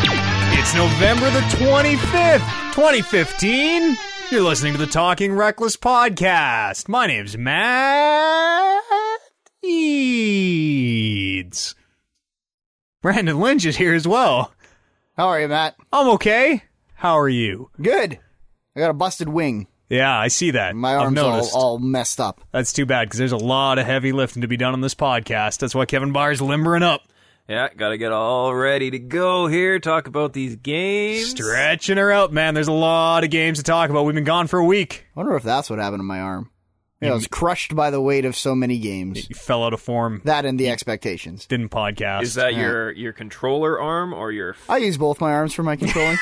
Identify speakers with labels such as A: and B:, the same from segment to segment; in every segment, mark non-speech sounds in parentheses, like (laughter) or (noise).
A: It's November the 25th, 2015. You're listening to the Talking Reckless podcast. My name's Matt Eads. Brandon Lynch is here as well.
B: How are you, Matt?
A: I'm okay. How are you?
B: Good. I got a busted wing.
A: Yeah, I see that.
B: My
A: I've
B: arm's all,
A: noticed.
B: all messed up.
A: That's too bad because there's a lot of heavy lifting to be done on this podcast. That's why Kevin Byers limbering up,
C: Yeah, gotta get all ready to go here. Talk about these games.
A: stretching her out, man. There's a lot of games to talk about. We've been gone for a week.
B: I wonder if that's what happened to my arm. Yeah, I was crushed by the weight of so many games.
A: You fell out of form.
B: That and the expectations.
A: Didn't podcast.
C: Is that your your controller arm or your?
B: I use both my arms for
A: (laughs)
B: my controlling.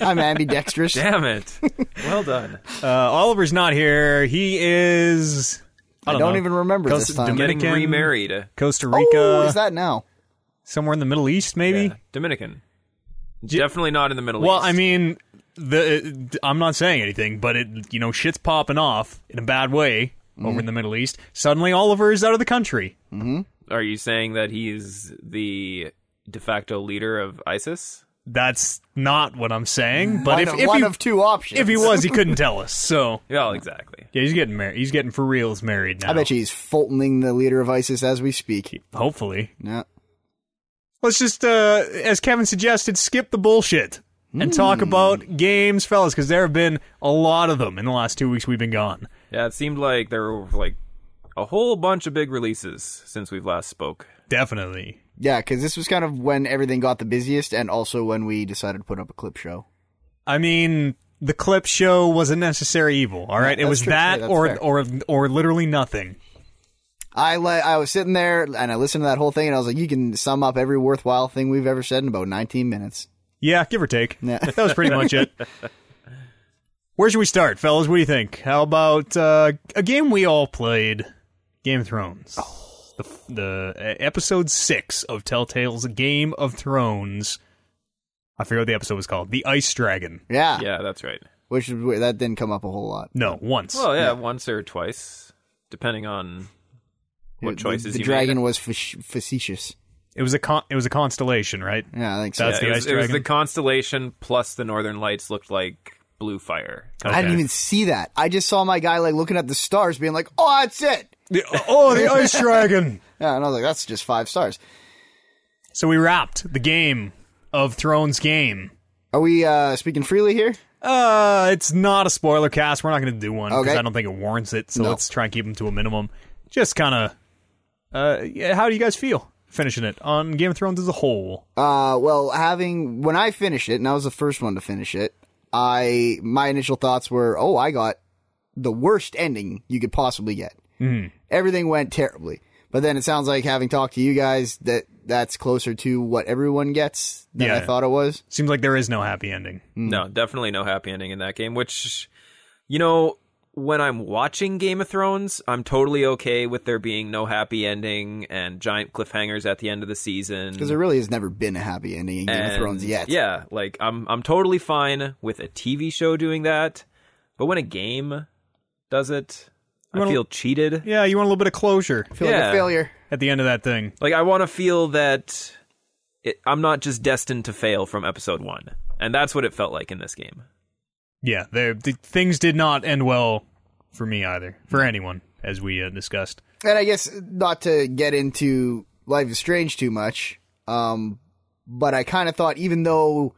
B: I'm ambidextrous.
C: Damn
A: (laughs)
C: it! Well done.
A: Uh, Oliver's not here. He is. I
B: I
A: don't,
B: don't
A: know.
B: even remember this
A: Costa-
B: time.
C: Getting
A: Dominican,
C: remarried.
A: Costa Rica,
B: Oh, is that now?
A: somewhere in the Middle East, maybe.
C: Yeah, Dominican. Definitely not in the Middle
A: Well,
C: East.
A: I mean, the I'm not saying anything, but it you know shit's popping off in a bad way
B: Mm.
A: over in the Middle East. Suddenly, Oliver is out of the country.
C: are you saying that he's the de facto leader of ISIS?
A: That's not what I'm saying. But
B: one
A: if
B: of,
A: if
B: one
A: he,
B: of two options.
A: if
B: (laughs)
A: he was, he couldn't tell us. So
C: Yeah, exactly.
A: yeah, he's getting married. He's getting for reals married now.
B: I bet you he's fultoning the leader of ISIS as we speak.
A: Hopefully,
B: Yeah.
A: let's just uh, as kevin suggested skip the bullshit and
B: Hmm.
A: talk about games fellas because there have been a lot of them in the last two weeks we've been gone
C: Yeah, it seemed like there were like a whole bunch of big releases since we've last spoke.
A: definitely
B: Yeah, because this was kind of when everything got the busiest and also when we decided to put up a clip show.
A: i mean the clip show was a necessary evil all right it
B: that's
A: was
B: true.
A: that
B: Yeah, that's
A: or
B: fair.
A: or or literally nothing
B: I le- I was sitting there and I listened to that whole thing and I was like, you can sum up every worthwhile thing we've ever said in about 19 minutes.
A: yeah give or take
B: Yeah.
A: that was pretty much
B: (laughs)
A: it where should we start fellas what do you think how about uh, a game we all played game of thrones
B: Oh.
A: the, f- the uh, episode six of Telltale's Game of Thrones. I forget what the episode was called. The Ice Dragon.
B: Yeah,
C: Yeah, that's right.
B: which is weird. that didn't come up a whole lot.
A: No, once.
C: Well, yeah, once or twice, depending on what
B: The-
C: choices
B: The,
C: you
B: dragon
C: made.
B: was fac- facetious.
A: it was a con- it was a constellation, right?
B: Yeah, I think so.
A: That's- the
C: Yeah, it was,
A: ice
C: it was
A: dragon.
C: the constellation plus the northern lights looked like blue fire.
B: I didn't
A: Okay.
B: even see that. I just saw my guy like looking at the stars, being like, "Oh, that's it."
A: The- oh, the Ice Dragon.
B: Yeah, and I was like, "That's just five stars."
A: So we wrapped the Game of Thrones game.
B: Are we uh, speaking freely here?
A: Uh, it's not a spoiler cast. We're not going to do one because
B: Okay.
A: I don't think it warrants it. So
B: No.
A: let's try and keep them to a minimum. Just kind of. Uh, yeah, how do you guys feel finishing it on Game of Thrones as a whole?
B: Uh, well, having when I finished it, and I was the first one to finish it, I my initial thoughts were, "Oh, I got the worst ending you could possibly get."
C: Hmm.
B: Everything went terribly. But then it sounds like having talked to you guys that that's closer to what everyone gets than I
A: Yeah.
B: thought it was.
A: Seems like there is no happy ending.
C: No, definitely no happy ending in that game, which you know, when I'm watching Game of Thrones, I'm totally okay with there being no happy ending and giant cliffhangers at the end of the season.
B: Because there really has never been a happy ending in Game of
C: Hmm. And,
B: Thrones yet.
C: Yeah, like I'm I'm totally fine with a TV show doing that, but when a game does it, I
A: wanna-
C: feel cheated.
A: Yeah, you want a little bit of closure
B: I feel like a
C: Yeah.
B: failure.
A: at the end of that thing.
C: Like I want to feel that it, I'm not just destined to fail from episode 1. And that's what it felt like in this game.
A: Yeah, there the, things did not end well for me either, for anyone, as we uh, discussed.
B: And I guess not to get into Life is Strange too much, um, but I kind of thought even though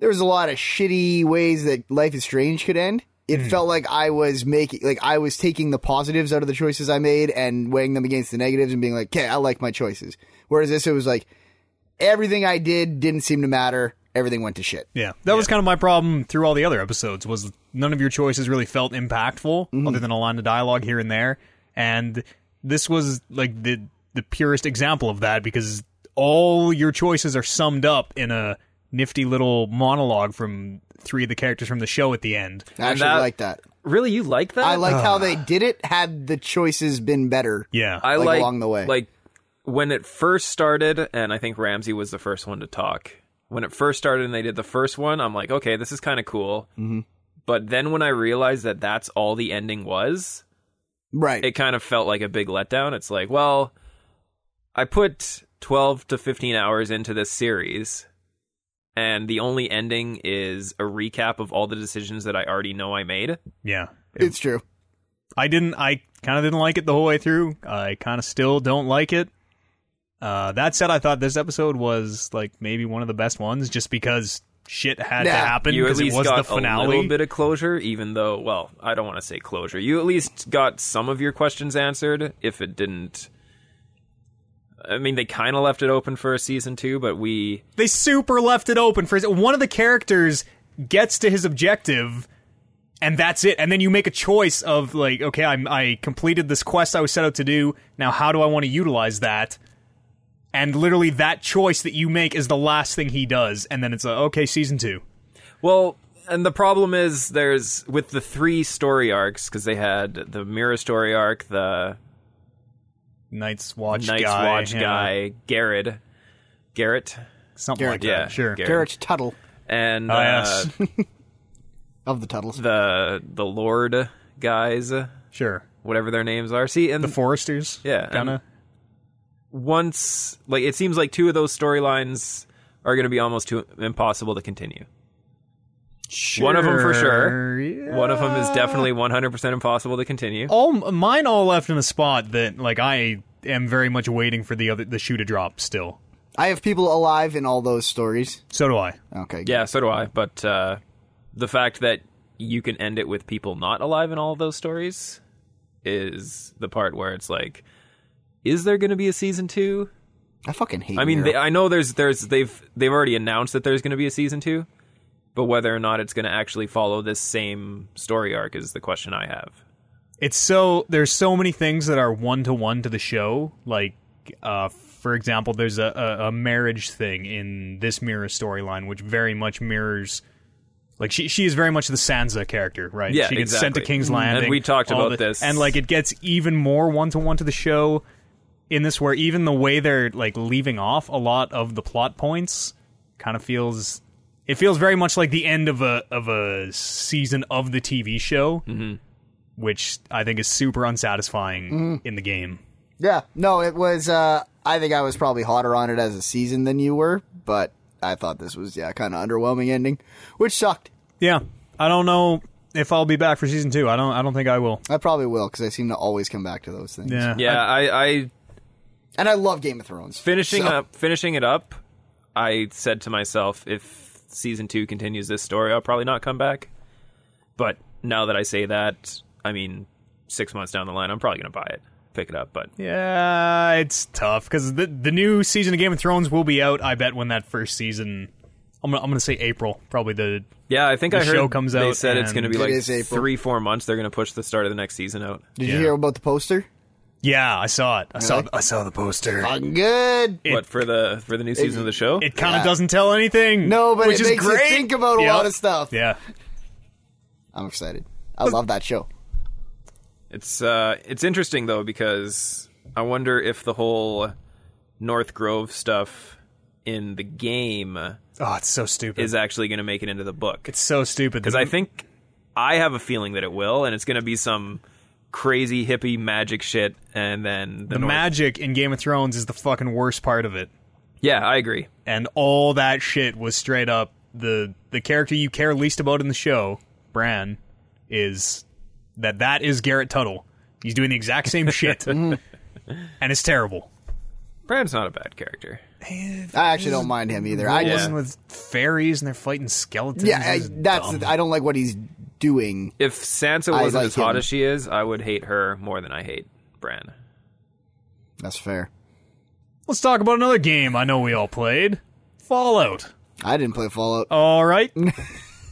B: there was a lot of shitty ways that Life is Strange could end, it
C: Hmm.
B: felt like I was making, like I was taking the positives out of the choices I made and weighing them against the negatives and being like, okay, I like my choices. Whereas this, it was like everything I did didn't seem to matter. Everything went to shit.
A: Yeah, that was kind of my problem through all the other episodes. Was none of your choices really felt impactful, other than a line of dialogue here and there. And this was like the the purest example of that because all your choices are summed up in a nifty little monologue from three of the characters from the show at the end.
B: I actually
C: that- Ah.
B: like that.
C: Really, you like that?
B: I liked how they did it. Had the choices been better,
A: Yeah,
C: I
B: like,
C: like
B: along the way.
C: Like when it first started, and I think Ramsey was the first one to talk. When it first started and they did the first one, I'm like, okay, this is kind of cool.
B: Mm-hmm.
C: But then when I realized that that's all the ending was,
B: right?
C: it kind of felt like a big letdown. It's like, well, I put 12 to 15 hours into this series. and the only ending is a recap of all the decisions that I already know I made.
A: Yeah.
B: It's true.
A: I didn't. I kind of didn't like it the whole way through. I kind of still don't like it. Uh, that said, I thought this episode was like maybe one of the best ones, just because shit had to
B: Yeah.
A: happen
C: You at
A: because it
C: least
A: was
C: got
A: the
C: a little
A: finale.
C: bit of closure, even though, well, I don't want to say closure. You at least got some of your questions answered. If it didn't, I mean, they kind of left it open for a season two, but we
A: They super left it open for one of the characters gets to his objective. And that's it. And then you make a choice of like, okay, I'm, I completed this quest I was set out to do. Now, how do I want to utilize that? And literally, that choice that you make is the last thing he does. And then it's a okay, season two.
C: Well, and the problem is there's with the three story arcs because they had the Mirror story arc, the
A: Night's Watch
C: Night's
A: guy,
C: Watch
A: yeah.
C: guy, Garrett, Garrett,
A: something
B: Garrett,
A: like that.
C: yeah,
A: sure.
C: Garrett.
B: Garrett's Tuttle
C: and
A: Oh,
C: uh,
A: yes.
B: of the Tuttles.
C: the the Lord guys,
A: (laughs) sure.
C: whatever their names are. See, and
A: The Foresters.
C: (laughs) Yeah, and-
A: Kind of.
C: once like it seems like two of those storylines are going to be almost too impossible to continue. um, One of them for sure. One of them is definitely 100% impossible to continue.
A: All mine all left in a spot that like I am very much waiting for the other the shoe to drop still.
B: I have people alive in all those stories.
A: So do I.
B: Okay.
C: Yeah, so do I. But uh, the fact that you can end it with people not alive in all of those stories is the part where it's like, is there going to be a season two?
B: I fucking hate.
C: I mean,
B: Nero.
C: they, I know there's there's they've they've already announced that there's going to be a season two, but whether or not it's going to actually follow this same story arc is the question I have.
A: It's so there's so many things that are one to one to the show. Like, uh, for example, there's a, a, a marriage thing in this mirror storyline, which very much mirrors. Like she, she is very much the Sansa character, right?
C: Yeah,
A: she gets sent to
C: exactly.
A: King's
C: Mm. And
A: Landing.
C: we talked
A: all
C: about this.
A: and like it gets even more one to one to the show in this, where even the way they're like leaving off a lot of the plot points kind of feels it feels very much like the end of a of a season of the TV show, which I think is super unsatisfying
B: Mm-hmm.
A: in the game.
B: yeah. No, it was. Uh, I think I was probably hotter on it as a season than you were, but I thought this was yeah kind of underwhelming ending, which sucked.
A: Yeah, I don't know if I'll be back for season two. I don't. I don't think I will.
B: I probably will because I seem to always come back to those things.
A: Yeah.
C: Yeah, I, I
B: And I love Game of Thrones.
C: finishing
B: So-
C: up finishing it up. I said to myself, if season two continues this story, I'll probably not come back. But now that I say that, I mean, six months down the line, I'm probably going to buy it, pick it up. But
A: Yeah, it's tough because the the new season of Game of Thrones will be out. I bet when that first season, I'm gonna, I'm gonna say April, probably the
C: yeah, I think
A: The
C: I heard
A: show comes
C: they
A: out
C: said it's going to be
A: and-
C: like
B: It is April.
C: three, four months. They're going to push the start of the next season out.
B: Did
A: Yeah.
B: you hear about the poster?
A: yeah. I saw it. I saw
B: Really?
A: I saw the poster.
B: Fucking good.
A: It-
C: What for the for the new season of the show?
A: It kind of doesn't tell anything.
B: No, but
A: which
B: it
A: is
B: makes
A: great.
B: you think about a
A: Yeah.
B: lot of stuff.
A: Yeah.
B: I'm excited. I love that show.
C: It's uh, it's interesting though because I wonder if the whole North Grove stuff in the game
A: Oh, it's so stupid.
C: is actually going to make it into the book.
A: it's so stupid
C: because I think I have a feeling that it will, and it's going to be some crazy hippie magic shit. And then the,
A: the
C: North-
A: magic in Game of Thrones is the fucking worst part of it.
C: Yeah, I agree.
A: and all that shit was straight up the the character you care least about in the show, Bran, is that that is Garrett Tuttle. He's doing the exact
B: (laughs)
A: same shit, and it's terrible.
C: Bran's not a bad character.
B: I actually don't mind him either. I
C: Yeah.
B: just
A: Messing with fairies and they're fighting skeletons.
B: yeah, I,
A: is
B: that's
A: dumb.
B: I don't like what he's doing.
C: If Sansa
B: I
C: wasn't
B: like
C: as hot
B: him.
C: as she is, I would hate her more than I hate Bran.
B: That's fair.
A: Let's talk about another game I know we all played, Fallout.
B: I didn't play Fallout.
A: All
B: (laughs)
A: right,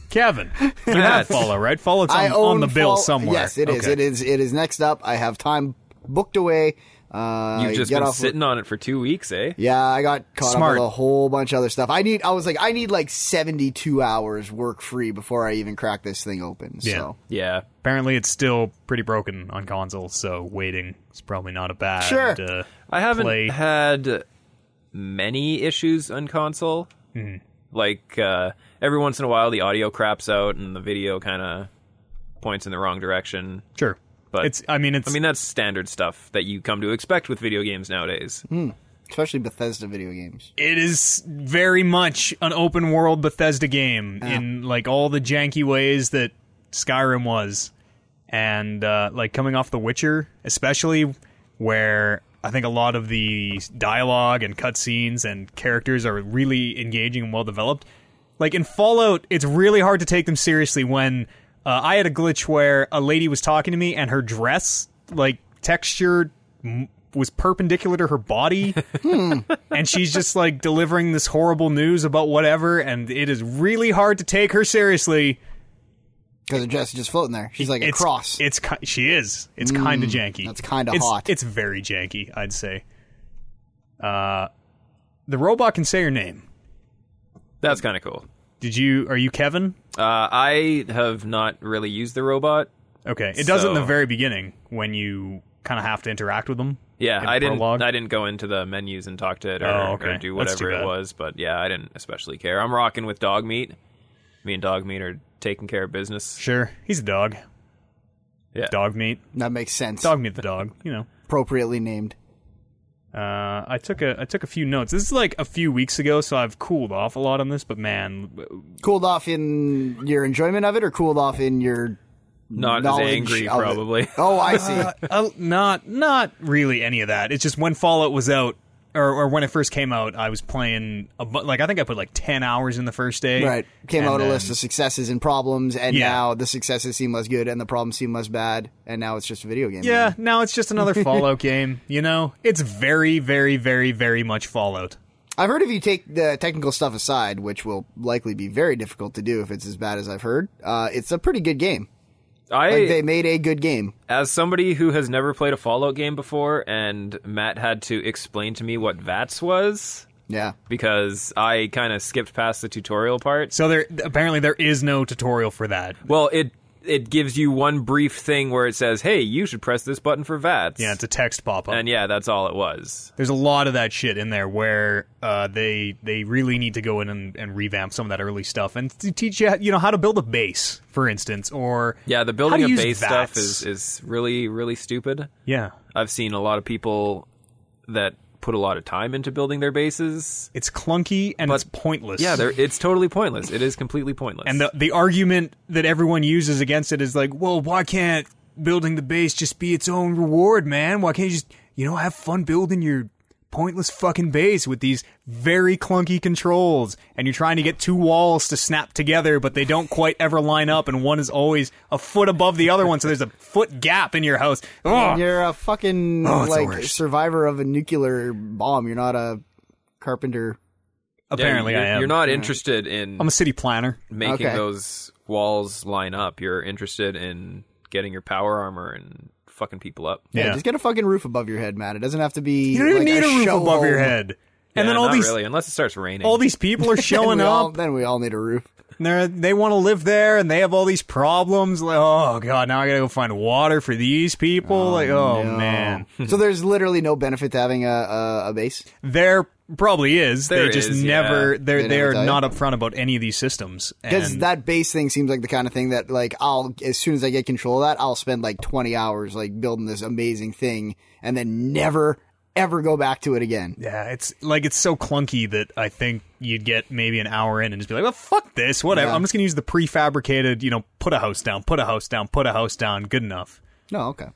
A: Kevin, you have
C: Yes.
A: Fallout, right? Fallout's on,
B: I
A: on
B: own
A: the bill
B: Fall-
A: somewhere.
B: Yes, it is.
A: Okay.
B: It is. It is next up. I have time booked away. Uh,
C: (laughs) You've just
B: get
C: been
B: off-
C: sitting on it for two weeks, eh?
B: Yeah, I got caught
A: Smart.
B: up with a whole bunch of other stuff. I need. I was like, I need like seventy-two hours work free before I even crack this thing open.
A: Yeah.
B: So
C: Yeah.
A: Apparently, it's still pretty broken on console, so waiting is probably not a bad.
B: Sure.
A: Uh,
C: I haven't
A: play.
C: had many issues on console.
A: Mm-hmm.
C: Like uh, every once in a while, the audio craps out and the video kind of points in the wrong direction.
A: Sure.
C: But
A: it's. I mean, it's.
C: I mean, that's standard stuff that you come to expect with video games nowadays.
B: especially Bethesda video games.
A: It is very much an open world Bethesda game in like all the janky ways that Skyrim was, and uh, like coming off The Witcher, especially where I think a lot of the dialogue and cutscenes and characters are really engaging and well developed. Like in Fallout, it's really hard to take them seriously when uh, I had a glitch where a lady was talking to me and her dress like texture m- was perpendicular to her body and she's just like delivering this horrible news about whatever and it is really hard to take her seriously
B: Because her dress is just floating there. She's like a
A: it's
B: cross. Mm,
A: it's ki- she is it's kind of janky
B: that's kinda
A: It's-
B: hot.
A: it's very janky i'd say uh the robot can say your name
C: That's kind of cool.
A: did you are you kevin
C: Uh, I have not really used the robot.
A: okay it does it in the
C: So-
A: very beginning when you kind of have to interact with them
C: Yeah,
A: in
C: I didn't.
A: prologue.
C: I didn't go into the menus and talk to it or,
A: Oh,
C: or
A: okay.
C: do
A: That's too
C: whatever
A: bad.
C: it was. But yeah, I didn't especially care. I'm rocking with dog meat. Me and dog meat are taking care of business.
A: sure he's a dog
C: Yeah.
A: dog meat
B: that makes sense.
A: dog meat the dog you know
B: Appropriately named.
A: Uh, I took a I took a few notes. This is like a few weeks ago, so I've cooled off a lot on this. But man,
B: Cooled off in your enjoyment of it, or cooled off in your
C: Not
B: knowledge
C: as angry,
B: of it? (laughs)
C: probably.
B: Oh, I see.
A: (laughs) uh, not not really any of that. It's just when Fallout was out, or, or when it first came out, I was playing a bu- like I think I put like ten hours in the first day.
B: right. Came
A: And
B: out a
A: then-
B: list of successes and problems, and
A: Yeah.
B: now the successes seem less good, and the problems seem less bad, and now it's just a video game.
A: (laughs) Yeah, now it's just another
B: (laughs)
A: Fallout game. You know, it's very, very, very, very much Fallout.
B: I've heard if you take the technical stuff aside, which will likely be very difficult to do if it's as bad as I've heard, uh, it's a pretty good game.
C: I
B: Like they made a good game.
C: as somebody who has never played a Fallout game before, and Matt had to explain to me what VATS was
B: Yeah.
C: because I kind of skipped past the tutorial part.
A: So there apparently there is no tutorial for that.
C: Well, it it gives you one brief thing where it says, "Hey, you should press this button for VATS."
A: Yeah, it's a text pop up.
C: and yeah, that's all it was.
A: There's a lot of that shit in there where uh, they they really need to go in and, and revamp some of that early stuff and to teach you you know how to build a base, for instance, or
C: Yeah,
A: how to
C: the building of
A: use
C: base
A: vats.
C: stuff is is really really stupid.
A: yeah,
C: I've seen a lot of people that put a lot of time into building their bases.
A: it's clunky and it's pointless. (laughs)
C: Yeah, they're, it's totally pointless. It is completely pointless.
A: and the the argument that everyone uses against it is like, well, why can't building the base just be its own reward, man? Why can't you just you know have fun building your pointless fucking base with these very clunky controls and you're trying to get two walls to snap together but they don't quite ever line up and one is always a foot above the other one so there's a foot gap in your house Ugh.
B: You're a fucking
A: Oh, it's the
B: like
A: worst.
B: survivor of a nuclear bomb. You're not a carpenter.
C: Yeah,
A: apparently
C: you're,
A: i am
C: You're not interested in
A: i'm a city planner
C: making
B: Okay.
C: those walls line up. You're interested in getting your power armor and fucking people up.
B: Yeah,
A: Yeah.
B: just get a fucking roof above your head, man. It doesn't have to be.
A: you don't even
B: like,
A: need a roof
B: show
A: above your
B: (laughs) home.
A: head and then all
C: not
A: these
C: really, unless it starts raining.
A: all these people
B: (laughs)
A: are
B: Then
A: showing
B: we
A: up
B: all- then we all need a roof.
A: And They're, they want to live there, and they have all these problems. Like, oh god, now I gotta go find water for these people. like, oh man,
B: so there's literally no benefit to having a a, a base.
A: there probably is.
C: There
A: they just
C: is, yeah.
A: never. They're
B: They
A: they,
B: never
A: are
B: tell you?
A: not upfront about any of these systems.
B: Because
A: And
B: that base thing seems like the kind of thing that, like, I'll as soon as I get control of that, I'll spend like 20 hours like building this amazing thing, and then never ever go back to it again.
A: yeah, it's like it's so clunky that I think you'd get maybe an hour in and just be like, well, fuck this, whatever.
B: Yeah.
A: I'm just gonna use the prefabricated. You know, put a house down, put a house down, put a house down. Good enough.
B: No, okay.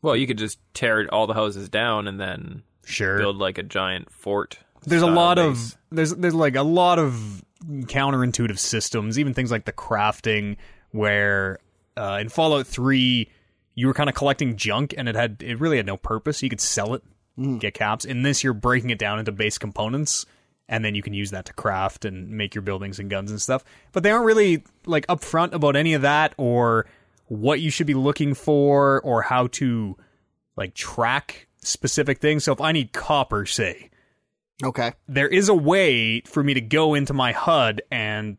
C: well, you could just tear all the houses down and then
A: Sure.
C: build like a giant fort.
A: there's a
C: style
A: lot
C: base.
A: of there's there's like a lot of counterintuitive systems, even things like the crafting, where uh, in Fallout Three you were kind of collecting junk and it had it really had no purpose. You could sell it, get caps. In this, you're breaking it down into base components, and then you can use that to craft and make your buildings and guns and stuff. But they aren't really like upfront about any of that or what you should be looking for or how to like track specific things. So if I need copper, say
B: Okay.
A: there is a way for me to go into my HUD and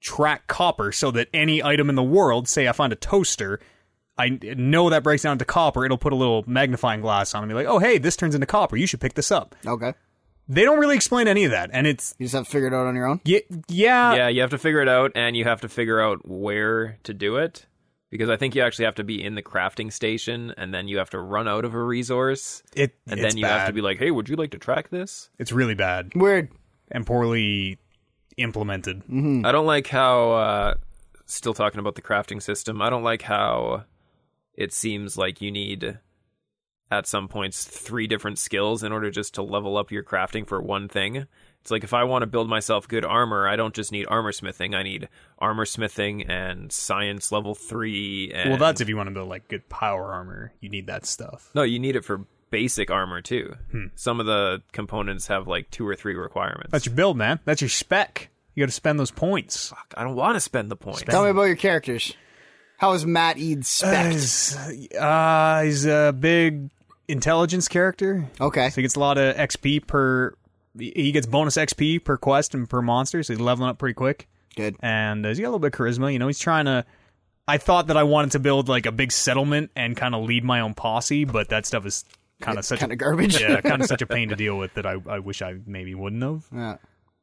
A: track copper so that any item in the world, say I find a toaster, I know that breaks down into copper. It'll put a little magnifying glass on it and be like, oh, hey, this turns into copper. You should pick this up.
B: Okay.
A: They don't really explain any of that. And it's,
B: You just have to figure it out on your own.
A: y- yeah,
C: yeah, you have to figure it out, and you have to figure out where to do it. because I think you actually have to be in the crafting station and then you have to run out of a resource
A: It
C: and
A: it's
C: then you
A: bad.
C: have to be like, "Hey, would you like to track this?"
A: it's really bad
B: Weird.
A: and poorly implemented.
C: I don't like how uh still talking about the crafting system. I don't like how it seems like you need at some points three different skills in order just to level up your crafting for one thing. It's like if I want to build myself good armor, I don't just need armor smithing. I need armor smithing and science level 3 and
A: Well, that's if you want to build like good power armor, you need that stuff.
C: No, you need it for basic armor too. Some of the components have like two or three requirements.
A: That's your build, man. That's your spec. You got to spend those points.
C: Fuck, I don't want to spend the points.
B: Tell me about your characters. How is Matt Eads
A: Uh,
B: spec?
A: he's, uh, he's a big intelligence character.
B: Okay.
A: So he gets a lot of XP per. He gets bonus XP per quest and per monster, so he's leveling up pretty quick.
B: Good.
A: And uh, he's got a little bit of charisma. You know, he's trying to. I thought that I wanted to build like a big settlement and kind of lead my own posse, but that stuff is kind of such
B: Kind
A: a,
B: of
A: (laughs)
B: garbage.
A: yeah, kind of such a pain to deal with that I, I wish I maybe wouldn't have.
B: (laughs) Yeah.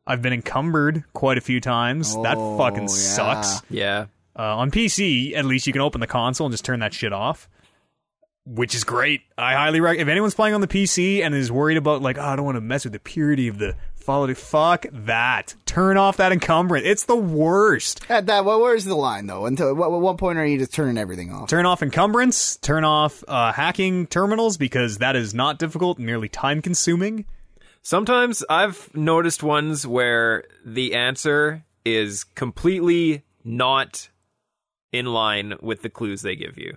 A: I've been encumbered quite a few times. that
B: Oh,
A: fucking
B: yeah.
A: sucks.
C: Yeah.
A: Uh, on PC, at least you can open the console and just turn that shit off, which is great. I highly recommend. If anyone's playing on the PC and is worried about like, oh, I don't want to mess with the purity of the Fallout, fuck that. Turn off that encumbrance. It's the worst.
B: At that, well, where's the line though? Until what, what point are you just turning everything off?
A: Turn off encumbrance. Turn off uh, hacking terminals because that is not difficult, merely time consuming.
C: Sometimes I've noticed ones where the answer is completely not in line with the clues they give you.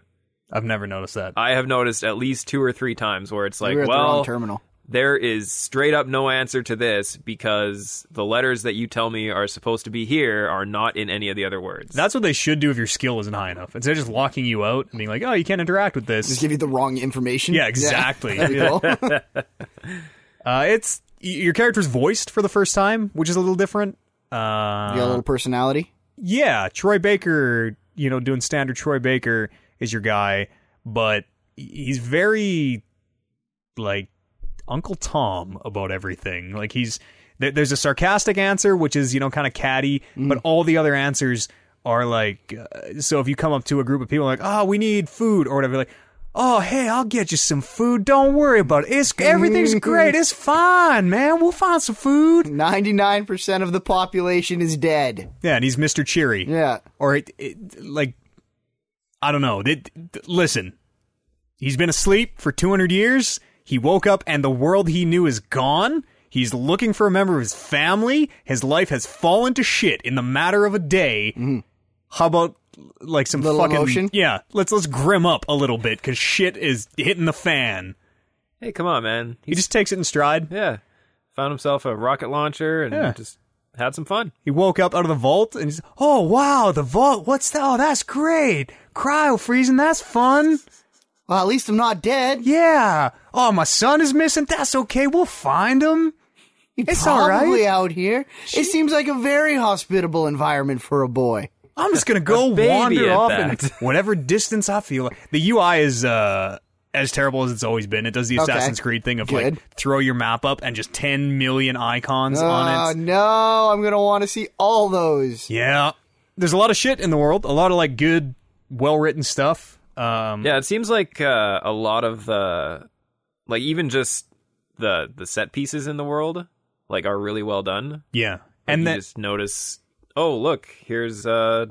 A: I've never noticed that.
C: I have noticed at least two or three times where it's like,
B: we were at the
C: well,
B: wrong terminal.
C: there is straight up no answer to this because the letters that you tell me are supposed to be here are not in any of the other words.
A: That's what they should do if your skill isn't high enough. Instead of just locking you out and being like, oh, you can't interact with this.
B: Just give you the wrong information.
A: Yeah, exactly.
B: (laughs)
A: Yeah. (laughs)
B: Cool.
A: Uh, it's y- your character's voiced for the first time, which is a little different.
B: you got a little personality.
A: Yeah, Troy Baker, you know, doing standard Troy Baker is your guy, but he- he's very like Uncle Tom about everything. Like he's there, there's a sarcastic answer which is you know kind of catty, but all the other answers are like. Uh, so if you come up to a group of people like, "Oh, we need food" or whatever, like. Oh hey, I'll get you some food. Don't worry about it. It's everything's great. It's fine, man. We'll find some food.
B: Ninety-nine percent of the population is dead.
A: Yeah, and he's Mr. Cheery
B: Yeah.
A: or it, it like I don't know. It, th- listen, he's been asleep for 200 years. He woke up and the world he knew is gone. He's looking for a member of his family. His life has fallen to shit in the matter of a day. How about like some
B: Mm-hmm. Little
A: fucking
B: emotion?
A: yeah? Let's let's grim up a little bit because shit is hitting the fan.
C: hey, come on, man.
A: He just takes it in stride.
C: Yeah. Found himself a rocket launcher and
A: Yeah.
C: just had some fun.
A: He woke up out of the vault and he's oh wow the vault. What's that? Oh that's great. Cryo freezing. That's fun.
B: Well, at least I'm not dead.
A: Yeah. Oh, my son is missing. That's okay. We'll find him. It's all
B: Probably
A: right.
B: out here. It seems like a very hospitable environment for a boy.
A: I'm just
C: (laughs)
A: gonna go
C: baby
A: wander
C: at
A: off
C: that. (laughs)
A: and whatever distance I feel. like. The UI is uh as terrible as it's always been. It does the
B: Okay.
A: Assassin's Creed thing of
B: Good.
A: like throw your map up and just 10 million icons
B: Oh
A: on it.
B: no, I'm gonna want to see all those.
A: Yeah. There's a lot of shit in the world. A lot of like good, well written stuff. Um,
C: Yeah, it seems like uh, a lot of the, like even just the the set pieces in the world, like are really well done. Like,
A: yeah. And
C: you
A: then
C: just notice, oh look, here's uh,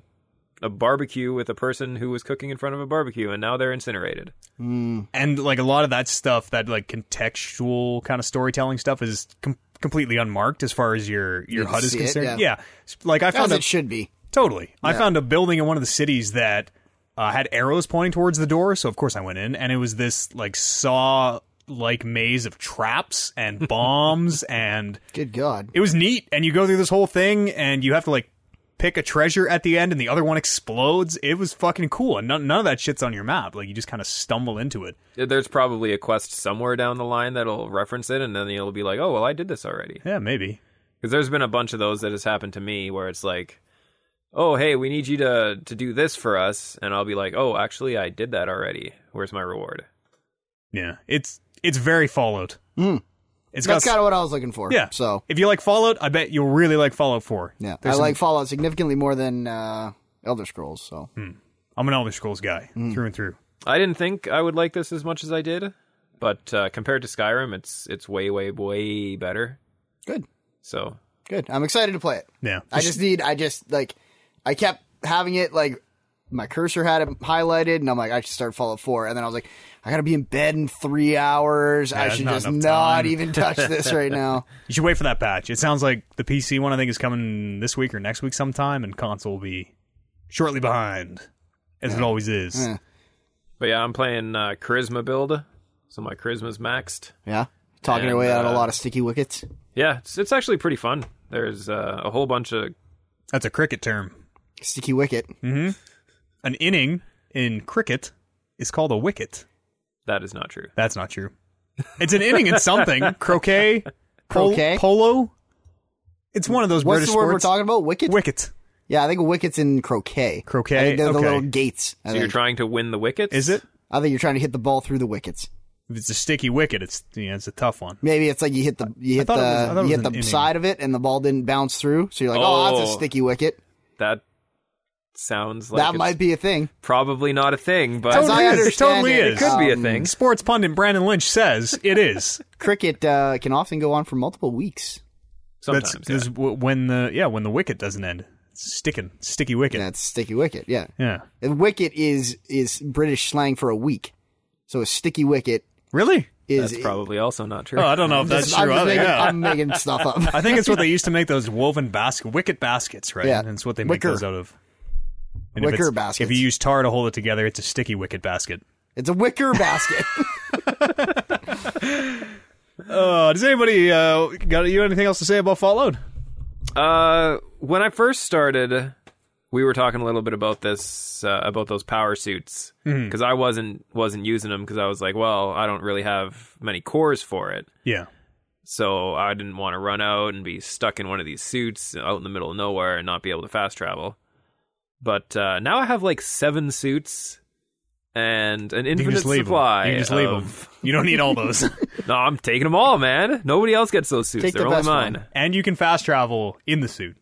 C: a barbecue with a person who was cooking in front of a barbecue, and now they're incinerated.
A: and like a lot of that stuff that like contextual kind of storytelling stuff is com- completely unmarked as far as your your
B: can
A: HUD is
B: see it,
A: concerned
B: yeah.
A: yeah. like i
B: As
A: found a,
B: it should be.
A: totally i found a building in one of the cities that uh, had arrows pointing towards the door so of course i went in and it was this like saw like maze of traps and bombs and
B: Good God.
A: it was neat and you go through this whole thing and you have to like pick a treasure at the end and the other one explodes it was fucking cool and none, none of that shit's on your map like you just kind of stumble into it
C: There's probably a quest somewhere down the line that'll reference it, and then you'll be like, oh well, I did this already.
A: yeah maybe
C: Because there's been a bunch of those that has happened to me where it's like, oh, hey, we need you to, to do this for us. And I'll be like, oh, actually, I did that already. Where's my reward?
A: Yeah, it's it's very Fallout. It's got
B: Hmm. That's kind of what I was looking for.
A: yeah.
B: So
A: if you like Fallout, I bet you'll really like Fallout Four.
B: yeah, I
A: There's some- Hmm.
B: like Fallout significantly more than uh, Elder Scrolls. So
A: I'm an Elder Scrolls guy
B: Hmm.
A: through and through.
C: I didn't think I would like this as much as I did, but uh, compared to Skyrim, it's it's way way way better.
B: Good.
C: So
B: Good. I'm excited to play it.
A: Yeah.
B: I just need, I just like, I kept having it like my cursor had it highlighted, and I'm like, I should start Fallout 4. And then I was like, I gotta be in bed in three hours. I
A: that's
B: should
A: not
B: just
A: enough
B: not
A: time.
B: even
A: (laughs)
B: touch this right now.
A: You should wait for that patch. It sounds like the PC one I think is coming this week or next week sometime, and console will be shortly behind, as it always is.
B: Yeah.
C: But yeah, I'm playing uh, charisma build, so my charisma's maxed.
B: Yeah. Talking your
C: And,
B: way out of
C: uh,
B: a lot of sticky wickets.
C: Yeah, it's, it's actually pretty fun. There's uh, a whole bunch of
A: That's a cricket term.
B: Sticky wicket.
A: An inning in cricket is called a wicket.
C: that is not true.
A: That's not true. It's an inning in
B: (laughs)
A: something. Croquet, pol-
B: Croquet?
A: polo. It's one of those
B: What's
A: British
B: the word
A: sports.
B: we're talking about? Wicket?
A: Wicket.
B: yeah, I think wickets in croquet.
A: Croquet,
B: I think they're the
A: okay.
B: little gates. I
C: So
B: think.
C: you're trying to win the wickets?
A: Is it?
B: I think you're trying to hit the ball through the wickets.
A: If it's a sticky wicket, it's yeah, it's a tough one.
B: Maybe it's like you hit the you hit the
A: thought it was- I thought it
B: you
A: was
B: hit
A: an
B: the
A: inning.
B: side of it and the ball didn't bounce through. So you're like, oh, that's a
C: Oh.
B: sticky wicket.
C: That sounds like
B: that
C: it's
B: might be a thing.
C: probably not a thing, but
B: As I
A: Totally is. It
B: understand
A: totally
B: Oh, it,
A: is.
C: could be a
B: um,
C: thing.
A: Sports pundit Brandon Lynch says it (laughs) is.
B: Cricket uh, can often go on for multiple weeks.
C: Sometimes.
A: That's
C: yeah.
A: is w- when the yeah when the wicket doesn't end. It's sticking, sticky wicket.
B: That's sticky wicket. Yeah,
A: yeah.
B: and wicket is is British slang for a week. So a sticky wicket
A: Really?
B: is.
C: That's probably also not true.
A: Oh, I don't know if that's
B: I'm,
A: true.
B: just
A: I,
B: making,
A: yeah.
B: I'm making stuff
A: (laughs)
B: up.
A: I think it's what they used to make those woven basket wicket baskets, right?
B: Yeah.
A: And it's what they make
B: Wicker.
A: those out of. And if
B: Wicker
A: it's-
B: baskets.
A: If you use tar to hold it together, it's a sticky wicket basket.
B: It's a wicker basket. (laughs)
A: Uh, does anybody uh, got you anything else to say about Fallout?
C: Uh, when I first started, we were talking a little bit about this uh, about those power suits because
A: Mm-hmm.
C: I wasn't wasn't using them because I was like, well, I don't really have many cores for it,
A: Yeah.
C: so I didn't want to run out and be stuck in one of these suits out in the middle of nowhere and not be able to fast travel. But uh, now I have like seven suits and an
A: You can
C: infinite
A: just leave 'em.
C: supply.
A: You can just leave
C: of-
A: them. You don't need all those. (laughs)
C: (laughs) No, I'm taking them all, man. Nobody else gets those suits.
B: Take the
C: They're only
B: best
C: mine.
B: one.
A: and you can fast travel in the suit.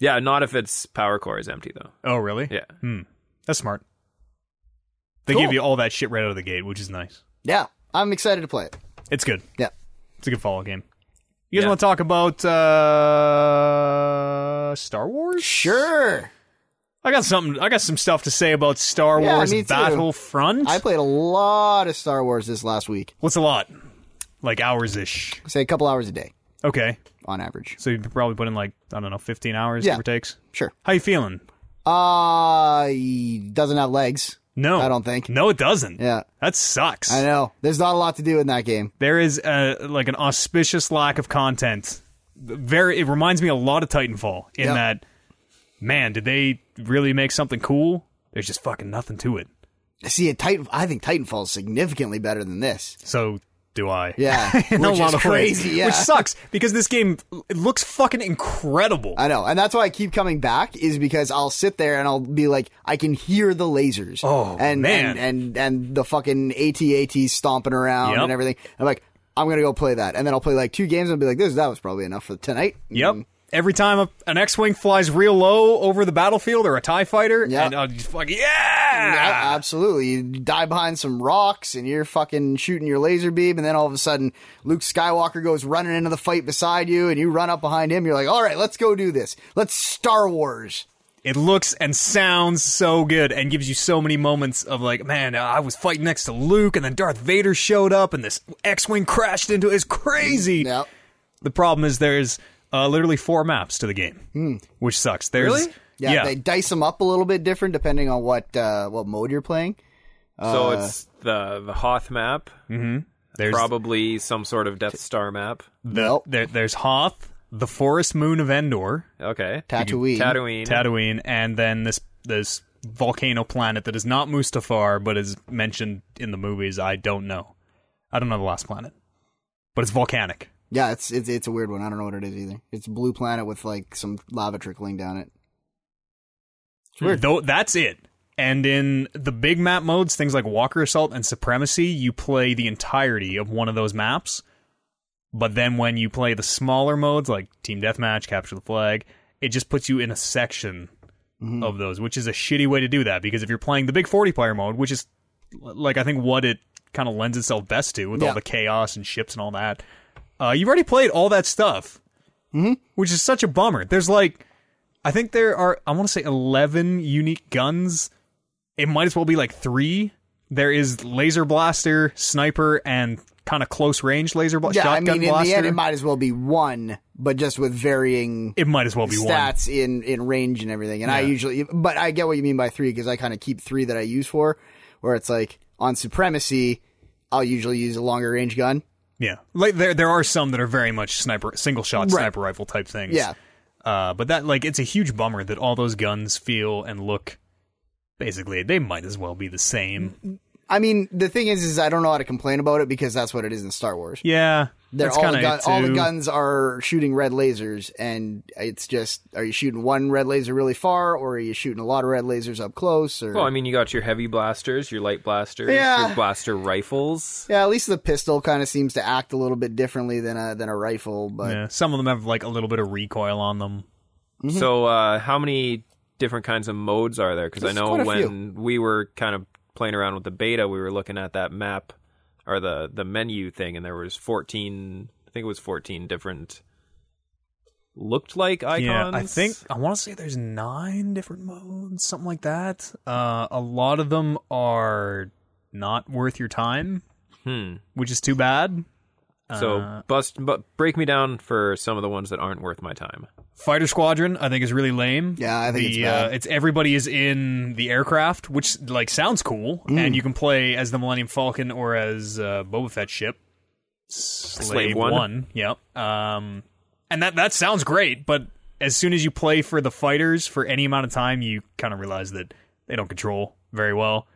C: Yeah, not if its power core is empty though.
A: Oh, really?
C: Yeah.
A: That's smart. They
B: Cool.
A: give you all that shit right out of the gate, which is nice.
B: yeah, I'm excited to play it.
A: It's good.
B: Yeah.
A: It's a good Fallout game. You guys
C: Yeah.
A: want to talk about uh, Star Wars?
B: Sure.
A: I got something. I got some stuff to say about Star
B: Yeah,
A: Wars
B: me too.
A: Battlefront.
B: I played a lot of Star Wars this last week.
A: What's a lot? Like hours ish.
B: Say a couple hours a day
A: Okay,
B: on average.
A: so you probably put in like I don't know, fifteen hours,
B: Yeah.
A: give or takes.
B: Sure.
A: How you feeling?
B: Uh he doesn't have legs.
A: No,
B: I don't think.
A: No, it doesn't.
B: Yeah.
A: that sucks.
B: I know. There's not a lot to do in that game.
A: There is a like an auspicious lack of content. Very. It reminds me a lot of Titanfall in
B: Yeah.
A: that. Man, did they really make something cool? There's just fucking nothing to it.
B: See, a Titan. I think Titanfall is significantly better than this.
A: So do I.
B: (laughs) Yeah,
A: (laughs) in a
B: which
A: lot
B: is
A: of ways.
B: crazy, yeah.
A: Which sucks because this game it looks fucking incredible.
B: I know, and that's why I keep coming back is because I'll sit there and I'll be like, I can hear the lasers.
A: Oh,
B: and,
A: man.
B: and and and the fucking ATAT stomping around
A: Yep.
B: and everything. I'm like, I'm gonna go play that, and then I'll play like two games and I'll be like, this that was probably enough for tonight.
A: Yep. Every time a, an X-wing flies real low over the battlefield or a Tie fighter,
B: Yeah.
A: and I'll just fucking
B: Yeah,
A: yeah.
B: absolutely. You die behind some rocks and you're fucking shooting your laser beam, and then all of a sudden, Luke Skywalker goes running into the fight beside you, and you run up behind him. You're like, all right, let's go do this. Let's Star Wars.
A: It looks and sounds so good, and gives you so many moments of like, man, I was fighting next to Luke, and then Darth Vader showed up, and this X-wing crashed into. It's crazy.
B: Yep.
A: The problem is there's uh, literally four maps to the game, which sucks. There's
C: Really?
B: Hmm. Yeah, they dice them up a little bit different depending on what uh, what mode you're playing.
C: So it's the the Hoth map,
A: there's
C: probably some sort of Death Star map.
A: the,
B: Nope.
A: there, there's Hoth, the forest moon of Endor,
C: Okay,
B: Tatooine.
C: Tatooine.
A: Tatooine, and then this this volcano planet that is not Mustafar but is mentioned in the movies. I don't know. I don't know the last planet, but it's volcanic.
B: Yeah, it's, it's it's a weird one. I don't know what it is either. It's a blue planet with like some lava trickling down it.
A: Though that's it. And in the big map modes, things like Walker Assault and Supremacy, you play the entirety of one of those maps. But then when you play the smaller modes like Team Deathmatch, Capture the Flag, it just puts you in a section of those, which is a shitty way to do that because if you're playing the big 40 player mode, which is l- like I think what it kind of lends itself best to with
B: Yeah.
A: all the chaos and ships and all that, uh, you've already played all that stuff, mm-hmm. which is such a bummer. There's like, I think there are, I want to say 11 unique guns. It might as well be like three. There is laser blaster, sniper, and kind of close range laser bla-
B: Yeah, I
A: shotgun
B: mean, in
A: blaster.
B: the end, it might as well be one, but just with varying
A: It might as well be one.
B: stats in in range and everything. And I usually, but I get what you mean by three because I kind of keep three that I use for where it's like on supremacy, I'll usually use a longer range gun.
A: Yeah, like there there are some that are very much sniper, single shot sniper rifle type things.
B: Yeah.
A: uh, but that like it's a huge bummer that all those guns feel and look basically they might as well be the
B: Mm-hmm.
A: same.
B: I mean, the thing is, is I don't know how to complain about it because that's what it is in Star Wars.
A: Yeah,
B: They're
A: that's
B: all the,
A: kinda
B: gun,
A: it
B: all the
A: too.
B: guns are shooting red lasers, and it's just are you shooting one red laser really far, or are you shooting a lot of red lasers up close? Or
C: Well, I mean, you got your heavy blasters, your light blasters,
B: Yeah.
C: your blaster rifles.
B: yeah, at least the pistol kind of seems to act a little bit differently than a than a rifle. But
A: Yeah, some of them have like a little bit of recoil on them.
C: So, uh, how many different kinds of modes are there? Because I
B: There's
C: know
B: quite a
C: when we were kind of playing around with the beta, we were looking at that map or the the menu thing, and there was fourteen. I think it was fourteen different looked like icons.
A: Yeah, I think I want to say there's nine different modes, something like that. Uh, a lot of them are not worth your time,
C: Hmm.
A: which is too bad. Uh,
C: So, bust, but break me down for some of the ones that aren't worth my time.
A: Fighter Squadron, I think, is really lame.
B: Yeah, I think
A: the,
B: it's bad.
A: Uh, it's everybody is in the aircraft, which like sounds cool,
B: Mm.
A: and you can play as the Millennium Falcon or as uh, Boba Fett ship, Slave,
C: One.
A: Yep. Um, and that that sounds great, but as soon as you play for the fighters for any amount of time, you kind of realize that they don't control very well.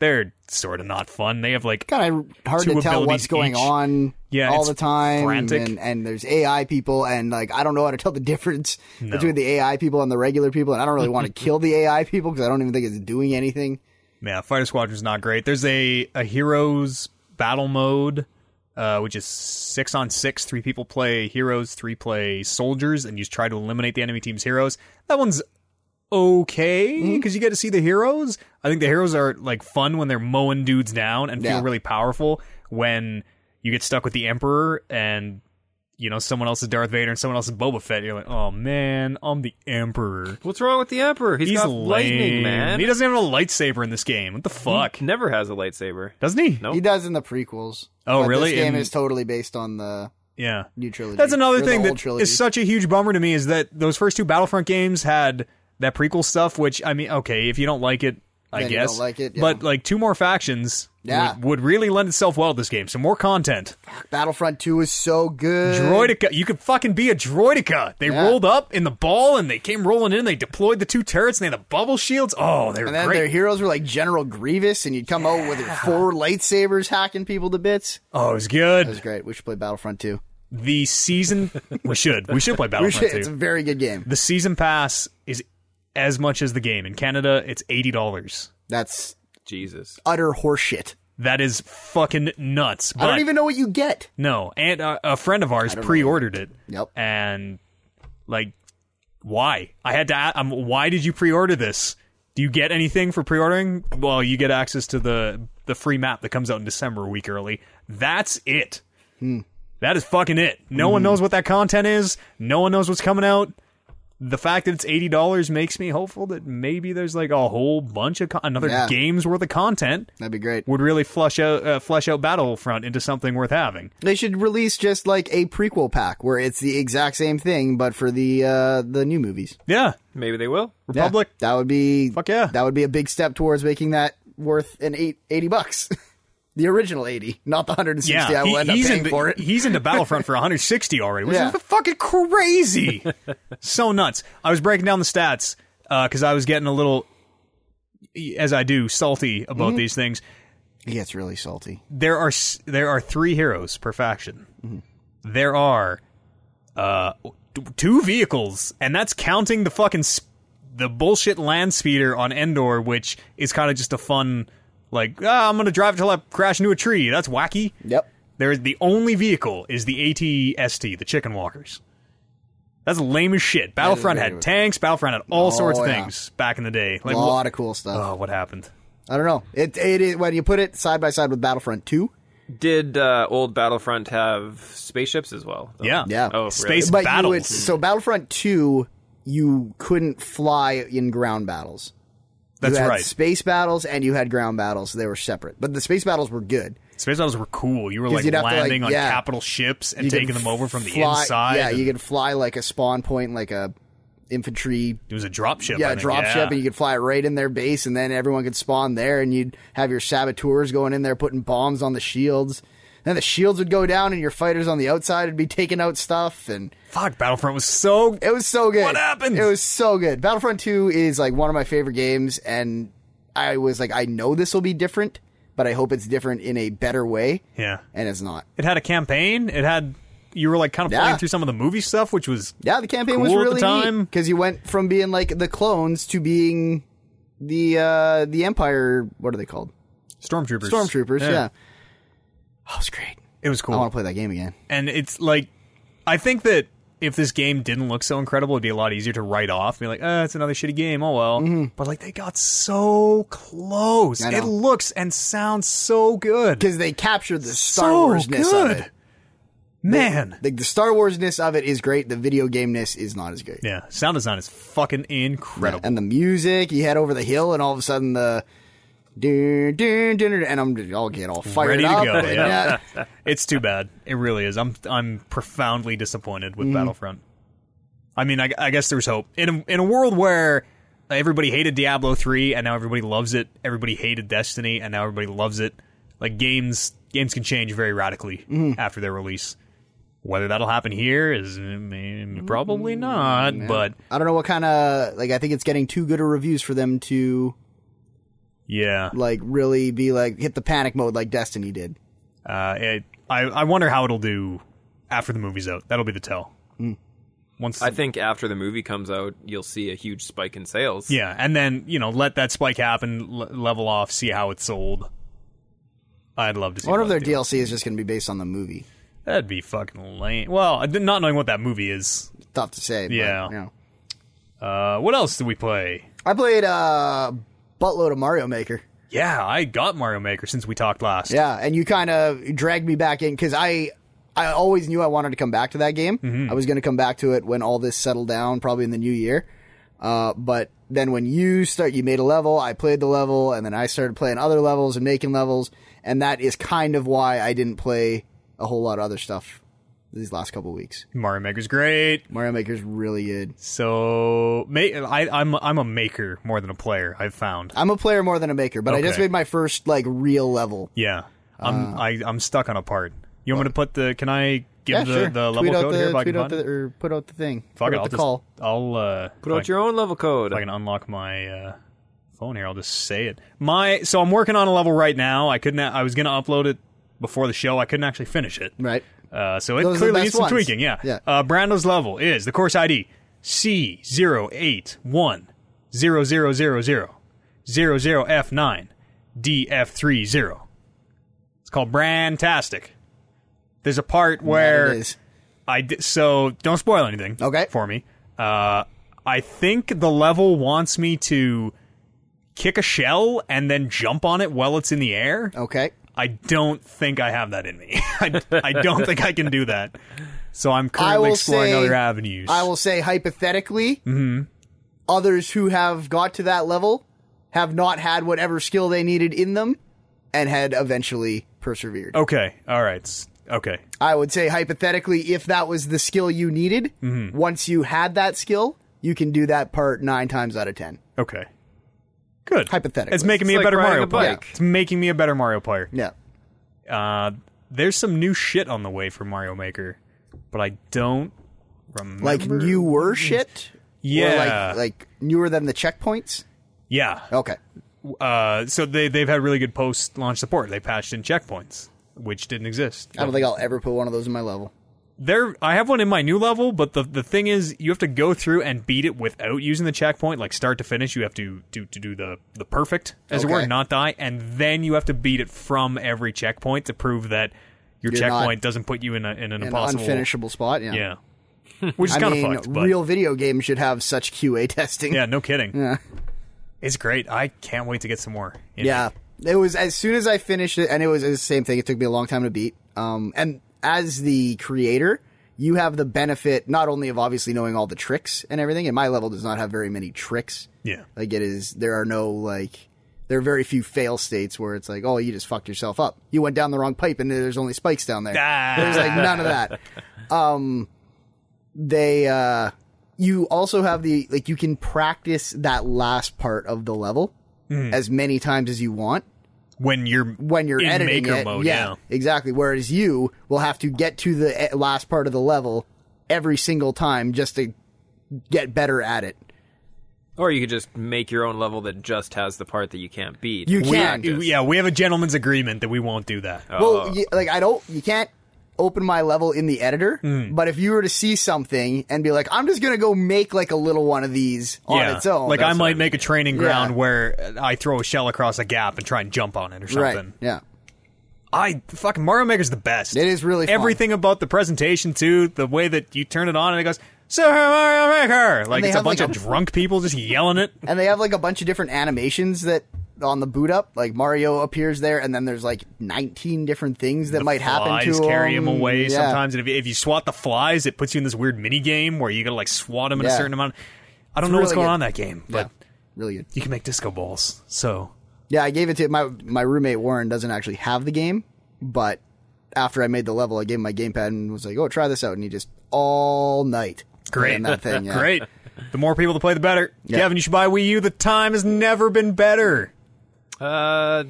A: They're sort of not fun. They have like
B: kind of hard
A: Two
B: to tell
A: abilities
B: what's going
A: each.
B: on
A: Yeah,
B: all
A: it's
B: the time
A: frantic.
B: And, and there's ai people and like i don't know how to tell the (laughs) difference between the ai people and the regular people and i don't
A: (laughs)
B: really want to kill the ai people because i don't even think it's doing anything
A: Yeah, Fighter Squadron's not great. There's a, a Heroes battle mode, uh, which is six on six. Three people play heroes, three play soldiers, and you try to eliminate the enemy team's heroes. That one's okay because you get to see the heroes. I think the heroes are like fun when they're mowing dudes down and
B: Yeah.
A: feel really powerful when you get stuck with the Emperor and you know someone else is Darth Vader and someone else is Boba Fett. You're like, oh man, I'm the Emperor.
C: What's wrong with the Emperor?
A: He's
C: got
A: lame.
C: lightning, man.
A: He doesn't even have a lightsaber in this game. What the fuck?
C: Never has a lightsaber.
A: Doesn't he?
C: Nope.
B: he does in the prequels
A: Oh,
B: But
A: really?
B: this game
A: In-
B: is totally based on the
A: Yeah.
B: new trilogy
A: That's
B: or
A: another
B: the
A: thing
B: old
A: that is
B: trilogy.
A: such a huge bummer to me is that those first two Battlefront games had that prequel stuff, which I mean, okay, if you don't like it, I
B: Then you
A: guess.
B: don't like it, yeah.
A: But like two more factions
B: Yeah.
A: would, would really lend itself well to this game. So more content.
B: battlefront 2 is so good
A: Droidica, you could fucking be a droidica. They
B: Yeah.
A: rolled up in the ball and they came rolling in. They deployed the two turrets and they had the bubble shields. Oh, they were
B: and then their
A: great.
B: heroes were like General Grievous, and you'd come out with your four lightsabers hacking people to bits.
A: Oh, it was good.
B: That was great. We should play Battlefront 2.
A: the season we should we should play
B: (laughs) We
A: Battlefront
B: should,
A: two.
B: it's a very good game.
A: the season pass is as much as the game. In Canada, it's eighty dollars.
B: That's
C: Jesus.
B: utter horseshit.
A: That is fucking nuts. But
B: I don't even know what you get.
A: no, and uh, a friend of ours pre-ordered it.
B: Yep.
A: And like, why? I had to. a um, why did you pre-order this? Do you get anything for pre-ordering? Well, you get access to the the free map that comes out in December a week early. That's it. That is fucking it. No one knows what that content is. No one knows what's coming out. The fact that it's eighty dollars makes me hopeful that maybe there's like a whole bunch of con- another
B: Yeah.
A: game's worth of content
B: That'd be great.
A: would really flush out uh, flesh out Battlefront into something worth having.
B: They should release just like a prequel pack where it's the exact same thing, but for the uh, the new movies.
A: Yeah,
C: Maybe they will.
B: Yeah.
A: Republic.
B: that would be
A: Fuck yeah.
B: That would be a big step towards making that worth an eight, 80 bucks. (laughs) the original eighty, not the hundred and sixty.
A: Yeah,
B: I will
A: he-
B: end up
A: he's
B: paying
A: in the-
B: for it.
A: He's
B: (laughs)
A: into Battlefront for 160 already, which
B: Yeah.
A: is fucking crazy. so nuts. I was breaking down the stats because I was getting a little, as I do, salty
B: Mm-hmm.
A: about these things.
B: He gets really salty.
A: There are s- there are three heroes per faction.
B: Mm-hmm.
A: There are uh, t- two vehicles, and that's counting the fucking sp- the bullshit land speeder on Endor, which is kind of just a fun like ah, I'm gonna drive till I crash into a tree. That's wacky.
B: Yep.
A: There is the only vehicle is the ATST, the Chicken Walkers. That's lame as shit. Battlefront
B: very
A: had
B: good.
A: tanks. Battlefront had all
B: Oh,
A: sorts of
B: yeah.
A: things back in the day.
B: A
A: Like,
B: lot
A: what,
B: of cool stuff.
A: oh, what happened?
B: I don't know. It, it is when you put it side by side with Battlefront Two.
C: Did uh, old Battlefront have spaceships as well? though?
A: Yeah,
B: Yeah.
C: Oh, really?
A: space
B: but you
A: battles.
B: would, so Battlefront Two, you couldn't fly in ground battles. You
A: That's
B: had
A: right.
B: Space battles and you had ground battles. They were separate, but the space battles were good.
A: Space battles were cool. You were like
B: you'd have to, like,
A: landing on
B: yeah.
A: capital ships and
B: You could
A: taking them over from the
B: fly-
A: inside.
B: Yeah,
A: and
B: you could fly like a spawn point, like a infantry.
A: it was a drop ship. I
B: Yeah,
A: think.
B: drop
A: yeah.
B: ship, and you could fly right in their base, and then everyone could spawn there, and you'd have your saboteurs going in there putting bombs on the shields. Then the shields would go down, and your fighters on the outside would be taking out stuff, and
A: Fuck, Battlefront was so.
B: It was so good.
A: What happened?
B: It was so good. Battlefront 2 is like one of my favorite games, and I was like, I know this will be different, but I hope it's different in a better way.
A: Yeah,
B: And it's not.
A: it had a campaign. It had you were like kind of
B: Yeah.
A: playing through some of the movie stuff, which was
B: Yeah, the campaign was
A: Cool at the
B: really
A: time.
B: because you went from being like the clones to being the uh the Empire. What are they called?
A: stormtroopers.
B: Stormtroopers. Yeah. Oh, it's great.
A: it was cool.
B: I want to play that game again.
A: and it's like I think that if this game didn't look so incredible, it'd be a lot easier to write off. Be like, uh, it's another shitty game. Oh well. But like they got so close.
B: Mm-hmm. I know.
A: It looks and sounds so good.
B: Because they captured the Star
A: so
B: Wars-ness
A: good.
B: of it.
A: Man.
B: Like, the Star Wars-ness of it is great. The video game-ness is not as good.
A: yeah, sound design is fucking incredible.
B: and the music. You head over the hill, and all of a sudden the. Dun, dun, dun, dun, and I'm all get all fired
A: Ready to
B: up.
A: go,
B: and
A: yeah. It's too bad. It really is. I'm I'm profoundly disappointed with Battlefront. I mean, I, I guess there's hope in a, in a world where uh, everybody hated Diablo three and now everybody loves it. Everybody hated Destiny and now everybody loves it. Like games games can change very radically after their release. Whether that'll happen here is mm, probably not, but
B: I don't know what kind of like. I think it's getting too good of reviews for them to
A: yeah,
B: like really be like hit the panic mode like Destiny did.
A: uh, it, I I wonder how it'll do after the movie's out. That'll be the tell. Once
C: I think after the movie comes out, you'll see a huge spike in sales.
A: Yeah, and then you know let that spike happen, l- level off, see how it's sold. I'd love to see.
B: I wonder if
A: what
B: their
A: they do.
B: DLC is just going to be based on the movie.
A: That'd be fucking lame. Well, I did- not knowing what that movie is.
B: Tough to say. But,
A: Yeah.
B: you know.
A: Uh, what else did we play?
B: I played uh, buttload of Mario Maker.
A: Yeah, I got Mario Maker since we talked last.
B: Yeah, and you kind of dragged me back in because I I always knew I wanted to come back to that game.
A: Mm-hmm.
B: I was going to come back to it when all this settled down, probably in the new year. Uh, but then when you start, you made a level. I played the level, and then I started playing other levels and making levels, and that is kind of why I didn't play a whole lot of other stuff these last couple weeks.
A: Mario Maker's great.
B: Mario Maker's really good.
A: So ma- I, I'm I'm a maker more than a player. I've found.
B: I'm a player more than a maker, but I just
A: Okay.
B: made my first like real level.
A: Yeah, I'm
B: Ah.
A: I, I'm stuck on a part. You want me to put the? Can I give
B: Yeah,
A: the,
B: sure.
A: the level
B: tweet out
A: code
B: the,
A: here? if I
B: tweet
A: can
B: out
A: find
B: the,
A: it?
B: or put out the thing.
A: Fuck
B: put
A: it,
B: out
A: I'll
B: the
A: just
B: call.
A: I'll uh,
C: Put out your own level code.
A: if I can unlock my uh, phone here, I'll just say it. My so I'm working on a level right now. I couldn't. I was gonna upload it before the show. I couldn't actually finish it.
B: Right.
A: Uh, so it
B: Those are the
A: clearly
B: best
A: needs some
B: ones.
A: tweaking. Yeah.
B: Yeah.
A: Uh, Brando's level is the course ID C 810 f 9 DF30. It's called Brandtastic. There's a part
B: There
A: where
B: it is.
A: I di- so don't spoil anything.
B: Okay.
A: For me, uh, I think the level wants me to kick a shell and then jump on it while it's in the air.
B: Okay.
A: I don't think I have that in me. (laughs) I, I don't think I can do that. So I'm
B: I
A: currently
B: will
A: exploring
B: say-
A: other avenues.
B: I will say hypothetically,
A: Mm-hmm.
B: others who have got to that level have not had whatever skill they needed in them and had eventually persevered.
A: Okay. All right. S- Okay.
B: I would say hypothetically, if that was the skill you needed,
A: Mm-hmm.
B: once you had that skill, you can do that part nine times out of ten.
A: Okay. Good.
B: Hypothetically.
A: It's making me a
C: It's like
A: better
C: riding
A: Mario
C: a
A: player.
C: bike.
A: It's making me a better Mario player.
B: Yeah.
A: Uh, there's some new shit on the way for Mario Maker, but I don't remember.
B: Like newer shit? Or
A: yeah,
B: like, like newer than the checkpoints?
A: yeah.
B: Okay.
A: Uh, so they they've had really good post launch support. They patched in checkpoints, which didn't exist.
B: I don't think I'll ever put one of those in my level.
A: There, I have one in my new level, but the the thing is, you have to go through and beat it without using the checkpoint. Like start to finish, you have to do to do the the perfect, as it were,
B: Okay.
A: not die, and then you have to beat it from every checkpoint to prove that your
B: You're not
A: checkpoint doesn't put you in a, in an
B: An
A: impossible.
B: unfinishable spot? Yeah.
A: Yeah. (laughs) which is
B: I
A: kind of
B: mean,
A: fucked. But
B: real video games should have such QA (laughs) testing.
A: yeah, no kidding.
B: Yeah.
A: It's great. I can't wait to get some more. in it.
B: Yeah. It was as soon as I finished it, and it was, it was the same thing. It took me a long time to beat. Um, and as the creator, you have the benefit not only of obviously knowing all the tricks and everything, and my level does not have very many tricks.
A: yeah.
B: Like it is, there are no like, there are very few fail states where it's like, oh, you just fucked yourself up. You went down the wrong pipe, and there's only spikes down there.
A: Ah. (laughs)
B: There's like none of that. Um, they, uh, you also have the like, you can practice that last part of the level as many times as you want
A: When you're
B: when you're
A: Hmm. in
B: editing
A: maker
B: it.
A: mode, yeah.
B: exactly. Whereas you will have to get to the e- last part of the level every single time just to get better at it.
C: Or you could just make your own level that just has the part that you can't beat.
B: You
C: We-
B: can.
A: We- yeah, we have a gentleman's agreement that we won't do that.
B: Well, you, like I don't, you can't open my level in the editor.
A: Hmm.
B: But if you were to see something and be like, I'm just gonna go make like a little one of these on
A: yeah.
B: its own,
A: like I
C: That's what
A: might
C: I mean.
A: make a training
B: Yeah.
A: ground where I throw a shell across a gap and try and jump on it or something.
B: right? Yeah,
A: I fucking Mario Maker's the best.
B: It is really fun.
A: everything about the presentation too. The way that you turn it on and it goes Super Mario Maker. Like
B: they
A: it's a
B: have,
A: bunch
B: like,
A: of
B: a-
A: drunk people just yelling it.
B: and they have like a bunch of different animations that on the boot up, like Mario appears there, and then there's like 19 different things that might happen to
A: flies carry him away
B: Yeah.
A: sometimes, and if, if you swat the flies, it puts you in this weird mini game where you gotta like swat them in a
B: Yeah.
A: certain amount. I don't know what's
B: really
A: going
B: good.
A: on in that game, but
B: Yeah. Really good.
A: you can make disco balls. So
B: Yeah, I gave it to my my roommate Warren doesn't actually have the game, but after I made the level, I gave him my gamepad and was like, "Oh, try this out." And he just all night
A: Great.
B: playing that
A: (laughs)
B: thing. Yeah.
A: Great. The more people to play, the better.
B: Yeah.
A: Kevin, you should buy Wii U. The time has never been better.
C: uh,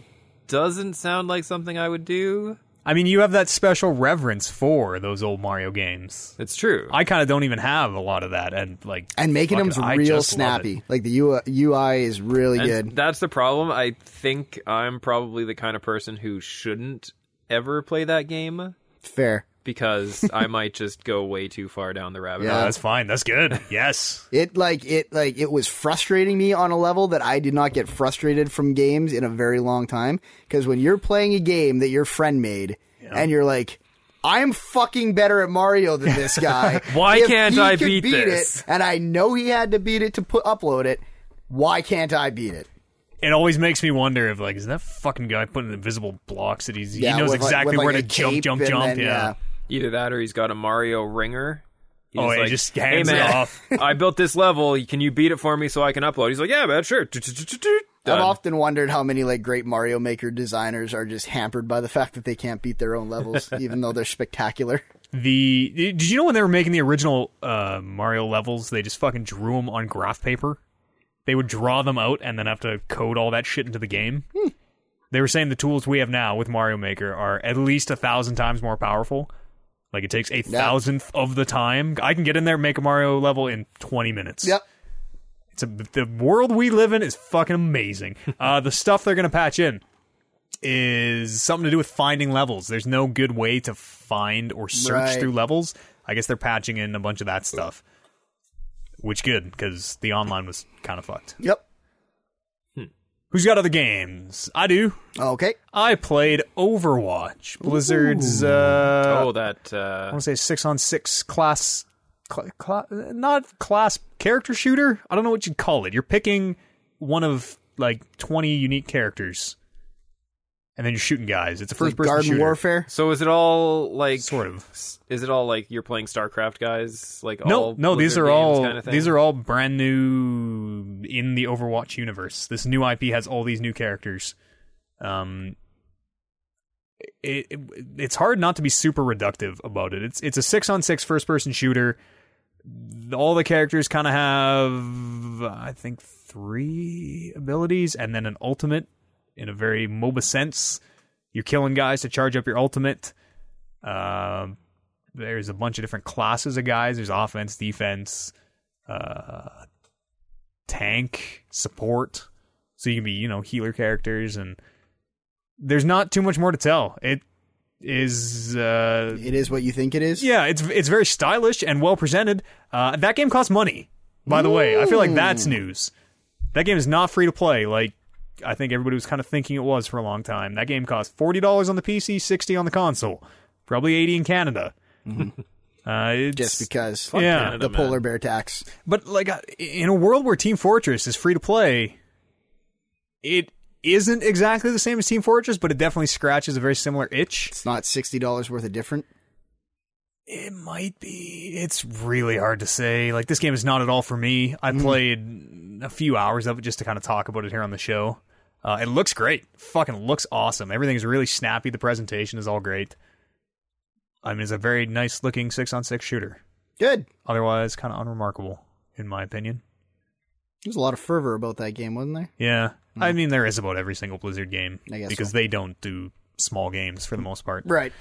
C: doesn't sound like something I would do.
A: I mean, you have that special reverence for those old Mario games.
C: It's true.
A: I kind of don't even have a lot of that, and like,
B: And making
A: fucking,
B: them's
A: I
B: real
A: just love it.
B: snappy. Like the UI, UI is really
C: And
B: good.
C: That's the problem. I think I'm probably the kind of person who shouldn't ever play that game
B: Fair.
A: (laughs)
C: because I might just go way too far down the rabbit
B: Yeah.
A: Oh,
C: hole.
A: that's fine. That's
B: (laughs)
A: good. Yes.
B: It like it like it was frustrating me on a level that I did not get frustrated from games in a very long time because when you're playing a game that your friend made and you're like I'm fucking better at Mario than
A: (laughs)
B: this guy.
C: Why
B: If
C: can't
B: he
C: I
B: could
C: beat
B: It,
C: this?"
B: and I know he had to beat it to put upload it. Why can't I beat it?
A: It always makes me wonder if like, is that fucking guy putting invisible blocks that he's
B: Yeah,
A: he knows
B: with, like-
A: exactly
B: with, like,
A: where
B: a
A: to jump,
B: cape
A: jump,
B: and
A: jump.
B: then,
A: yeah.
C: Either that or he's got a Mario ringer. He's
A: Oh, he
C: like,
A: just
C: hey,
A: hands it
C: man,
A: off.
C: (laughs) I built this level. Can you beat it for me so I can upload? He's like, yeah, man, sure. Done.
B: I've often wondered how many like great Mario Maker designers are just hampered by the fact that they can't beat their
A: (laughs)
B: own levels, even though they're spectacular.
A: The did you know when they were making the original uh, Mario levels, they just fucking drew them on graph paper. They would draw them out and then have to code all that shit into the game. They were saying the tools we have now with Mario Maker are at least a thousand times more powerful. Like it takes a thousandth of the time. I can get in there, and make a Mario level in twenty minutes.
B: Yep.
A: It's a, the world we live in is fucking amazing. Uh, the stuff they're gonna patch in is something to do with finding levels. There's no good way to find or search
B: Right.
A: through levels. I guess they're patching in a bunch of that stuff, which good because the online was kind of fucked.
B: Yep.
A: Who's got other games? I do.
B: Okay.
A: I played Overwatch, Blizzard's. Uh,
C: Oh, that.
A: I
C: Uh,
A: want to say six on six class, cla cla- not class character shooter. I don't know what you'd call it. You're picking one of like 20 unique characters, and then you're shooting guys. It's a first
B: Like
A: person
B: Garden
A: shooter,
B: Warfare.
C: so is it all like
A: sort of.
C: Is it all like you're playing StarCraft guys? Like
A: No,
C: all
A: no, these
C: Blizzard
A: are
C: games
A: all
C: kind of thing?
A: these are all brand new in the Overwatch universe. This new IP has all these new characters. Um, it, it it's hard not to be super reductive about it. It's it's a six on six first person shooter. All the characters kind of have, I think, three abilities, and then an ultimate. In a very MOBA sense, you're killing guys to charge up your ultimate. Um, there's a bunch of different classes of guys. There's offense, defense, uh, tank, support. So you can be, you know, healer characters, and there's not too much more to tell. It is, uh,
B: It is what you think it is.
A: yeah, it's it's very stylish and well presented. Uh, that game costs money, by the way. I feel like that's news. That game is not free to play. Like I think everybody was kind of thinking it was for a long time. That game costs forty dollars on the PC, sixty on the console, probably eighty in Canada. Uh, it's,
B: just because
A: Yeah.
B: the
C: Canada, man.
B: polar bear tax.
A: But like I- in a world where Team Fortress is free to play, it isn't exactly the same as Team Fortress, but it definitely scratches a very similar itch.
B: It's not sixty dollars worth of different.
A: It might be. It's really hard to say. Like this game is not at all for me. I
B: Mm.
A: played a few hours of it just to kind of talk about it here on the show. Uh, it looks great. Fucking looks awesome. Everything's really snappy. The presentation is all great. I mean, it's a very nice looking six on six shooter.
B: Good.
A: Otherwise, kind of unremarkable, in my opinion.
B: There's a lot of fervor about that game, wasn't there?
A: Yeah. I mean, there is about every single Blizzard game
B: Mm. I guess
A: because they don't do small games for the most part.
B: Right.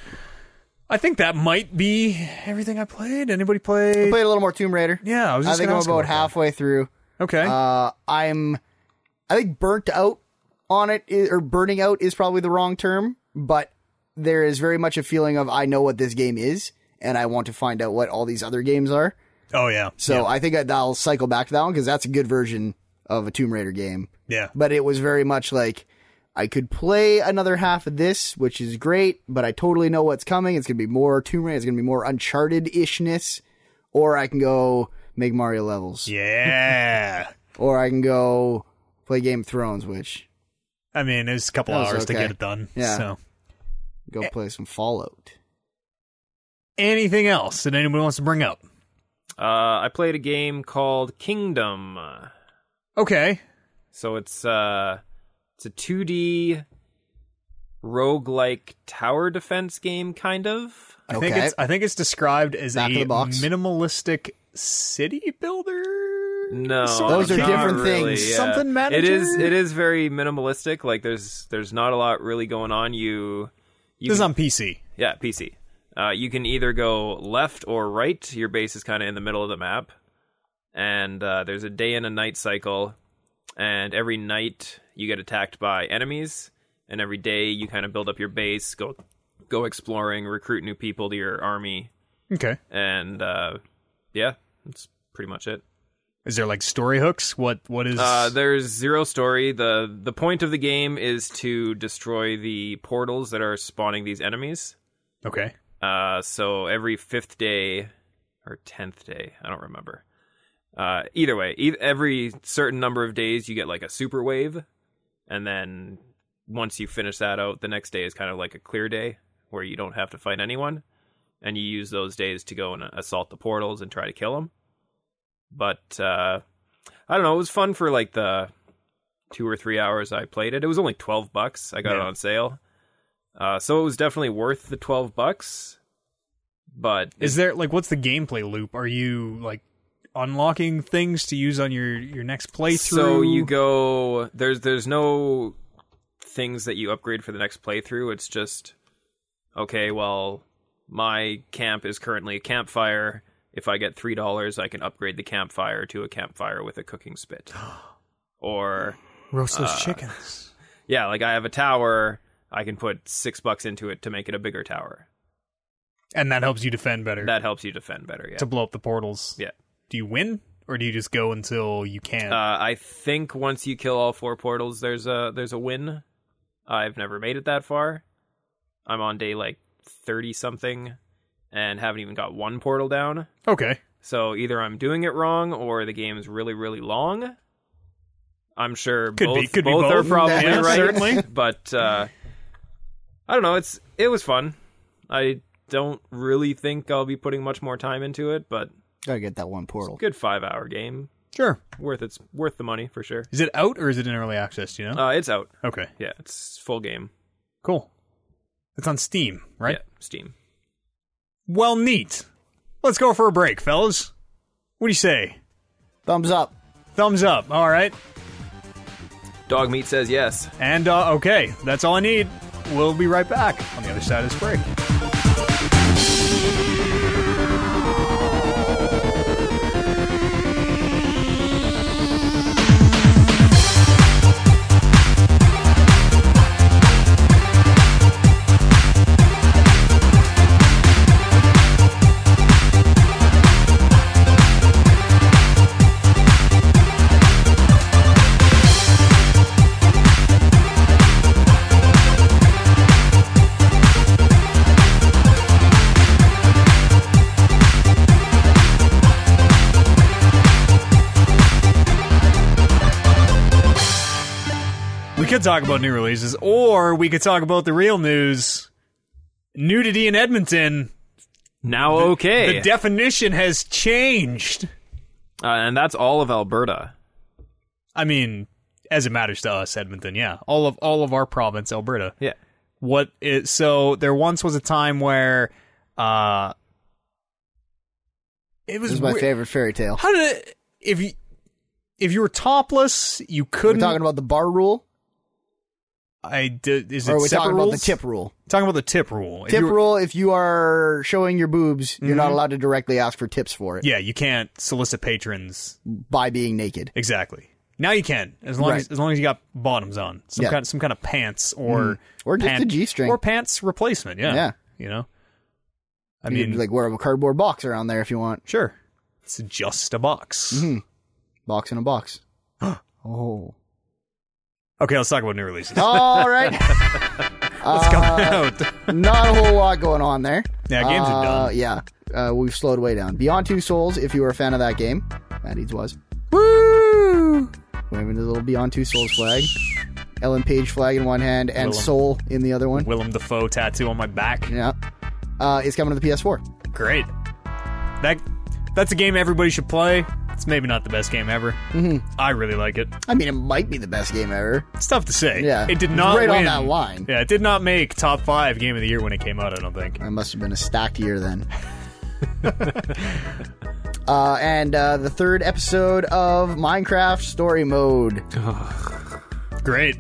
A: I think that might be everything I played. Anybody play?
B: Played a little more Tomb Raider.
A: yeah, I was
B: I
A: just
B: think
A: gonna
B: I'm
A: ask
B: about
A: that.
B: halfway through.
A: Okay.
B: Uh, I'm, I think burnt out on it i- or burning out is probably the wrong term, but there is very much a feeling of I know what this game is and I want to find out what all these other games are.
A: oh yeah.
B: So I think that I'll cycle back to that one because that's a good version of a Tomb Raider game.
A: yeah.
B: But it was very much like I could play another half of this, which is great, but I totally know what's coming. It's gonna be more Tomb Raider. It's gonna be more Uncharted ishness, or I can go make Mario levels,
A: Yeah.
B: or I can go play Game of Thrones, which
A: I mean, it was a couple
B: That was
A: hours to
B: okay.
A: get it done.
B: Yeah.
A: So
B: go
A: Eh.
B: play some Fallout.
A: anything else that anybody wants to bring up?
C: Uh, I played a game called Kingdom.
A: Okay.
C: So it's uh it's a 2D roguelike tower defense game kind of.
A: I think
B: Okay.
A: it's I think it's described as
B: Back of
A: a
B: the box.
A: minimalistic city builder.
C: No,
A: Sort
B: Those
A: of
B: are
A: thing.
B: different
C: not
B: things.
C: really, yeah.
A: Something manager.
C: It is. It is very minimalistic. Like there's there's not a lot really going on. You, you
A: This is
C: can-
A: on PC.
C: yeah PC. Uh, you can either go left or right. Your base is kind of in the middle of the map, and uh, there's a day and a night cycle. And every night you get attacked by enemies, and every day you kind of build up your base, go go exploring, recruit new people to your army,
A: Okay.
C: and uh, yeah, that's pretty much it.
A: Is there like story hooks? What what is
C: Uh, there's zero story. the The point of the game is to destroy the portals that are spawning these enemies.
A: Okay.
C: Uh, so every fifth day or tenth day, I don't remember. Uh, either way, e- every certain number of days, you get like a super wave, and then once you finish that out, the next day is kind of like a clear day where you don't have to fight anyone, and you use those days to go and assault the portals and try to kill them. But uh, I don't know. It was fun for like the two or three hours I played it. It was only twelve bucks. I got it
A: Yeah.
C: on sale, uh, so it was definitely worth the twelve bucks. But
A: Is there like what's the gameplay loop? Are you like unlocking things to use on your your next playthrough?
C: So you go there's there's no things that you upgrade for the next playthrough. It's just okay, well, my camp is currently a campfire. If I get three dollars, I can upgrade the campfire to a campfire with a cooking
A: (gasps)
C: spit. Or
A: roast
C: uh,
A: those chickens.
C: yeah, like I have a tower, I can put six bucks into it to make it a bigger tower.
A: And that helps you defend better.
C: That helps you defend better, yeah.
A: to blow up the portals.
C: Yeah.
A: Do you win or do you just go until you can?
C: Uh, I think once you kill all four portals, there's a there's a win. I've never made it that far. I'm on day like thirty something, and haven't even got one portal down.
A: okay.
C: So either I'm doing it wrong, or the game's really really long. I'm sure
A: Could be-
C: both
A: could be
C: both, are
A: both.
C: probably
A: Yeah,
C: right,
A: certainly.
C: but uh, I don't know. It's it was fun. I don't really think I'll be putting much more time into it, but
B: Gotta get that one portal.
C: good five hour game,
A: Sure.
C: worth it's worth the money for sure.
A: Is it out or is it in early access? Do you know?
C: Uh, it's out.
A: okay.
C: Yeah, it's full game.
A: Cool. It's on Steam, right?
C: Yeah, Steam.
A: Well, neat. Let's go for a break, fellas. What do you say?
B: Thumbs up.
A: Thumbs up. All right.
C: Dog meat says yes.
A: And uh, okay, that's all I need. We'll be right back on the other side of this break. we could talk about new releases, or we could talk about the real news. Nudity in Edmonton.
C: Now, okay.
A: The definition has changed.
C: uh, and that's all of Alberta.
A: I mean, as it matters to us, Edmonton. Yeah, all of all of our province, Alberta.
C: Yeah.
A: What is so? There once was a time where, uh, it was,
B: This is my
A: we-
B: favorite fairy tale.
A: How did it, if you if you were topless, you
B: We're
A: couldn't.
B: talking about the bar rule,
A: I did. Is it
B: or are we
A: separate
B: talking about the
A: rules?
B: tip rule?
A: Talking about the tip rule. If
B: Tip
A: you were- Mm-hmm.
B: rule: If you are showing your boobs, you're not allowed to directly ask for tips for it
A: Yeah, you can't solicit patrons
B: by being naked.
A: exactly. Now you can, as long
B: Right.
A: as as long as you got bottoms on, some
B: Yeah. Mm.
A: kind some kind of pants or
B: Or just
A: pant-
B: a G-string.
A: or pants replacement. Yeah,
B: Yeah.
A: you know. I
B: I mean,
A: mean,
B: like wear a cardboard box around there if you want.
A: Sure. It's just a box.
B: Mm-hmm. Box in
A: (gasps)
B: a box. oh.
A: Okay, let's talk about new
B: Uh,
A: releases.
B: All
A: (laughs)
B: right.
A: What's coming out?
B: Not a whole lot going on there.
A: Yeah, games are
B: Uh,
A: done.
B: yeah. Uh, we've slowed way down. Beyond Two Souls, if you were a fan of that game, Maddie's was.
A: Woo!
B: Waving the little Beyond Two Souls flag. Ellen Page flag in one hand and
A: Willem.
B: Soul in the other one.
A: Willem Dafoe tattoo on my back.
B: Yeah. Uh, it's coming to the PS4.
A: Great. That that's a game everybody should play. It's maybe not the best game ever. Mm-hmm. I really like it.
B: I mean, it might be the best game ever.
A: It's tough to say.
B: Yeah.
A: It did
B: It's
A: not
B: right on
A: win-
B: that line.
A: Yeah, it did not make top five game of the year when it came out. I don't think.
B: It must have been a stacked year then. uh, and uh, the third episode of Minecraft Story Mode.
A: Great.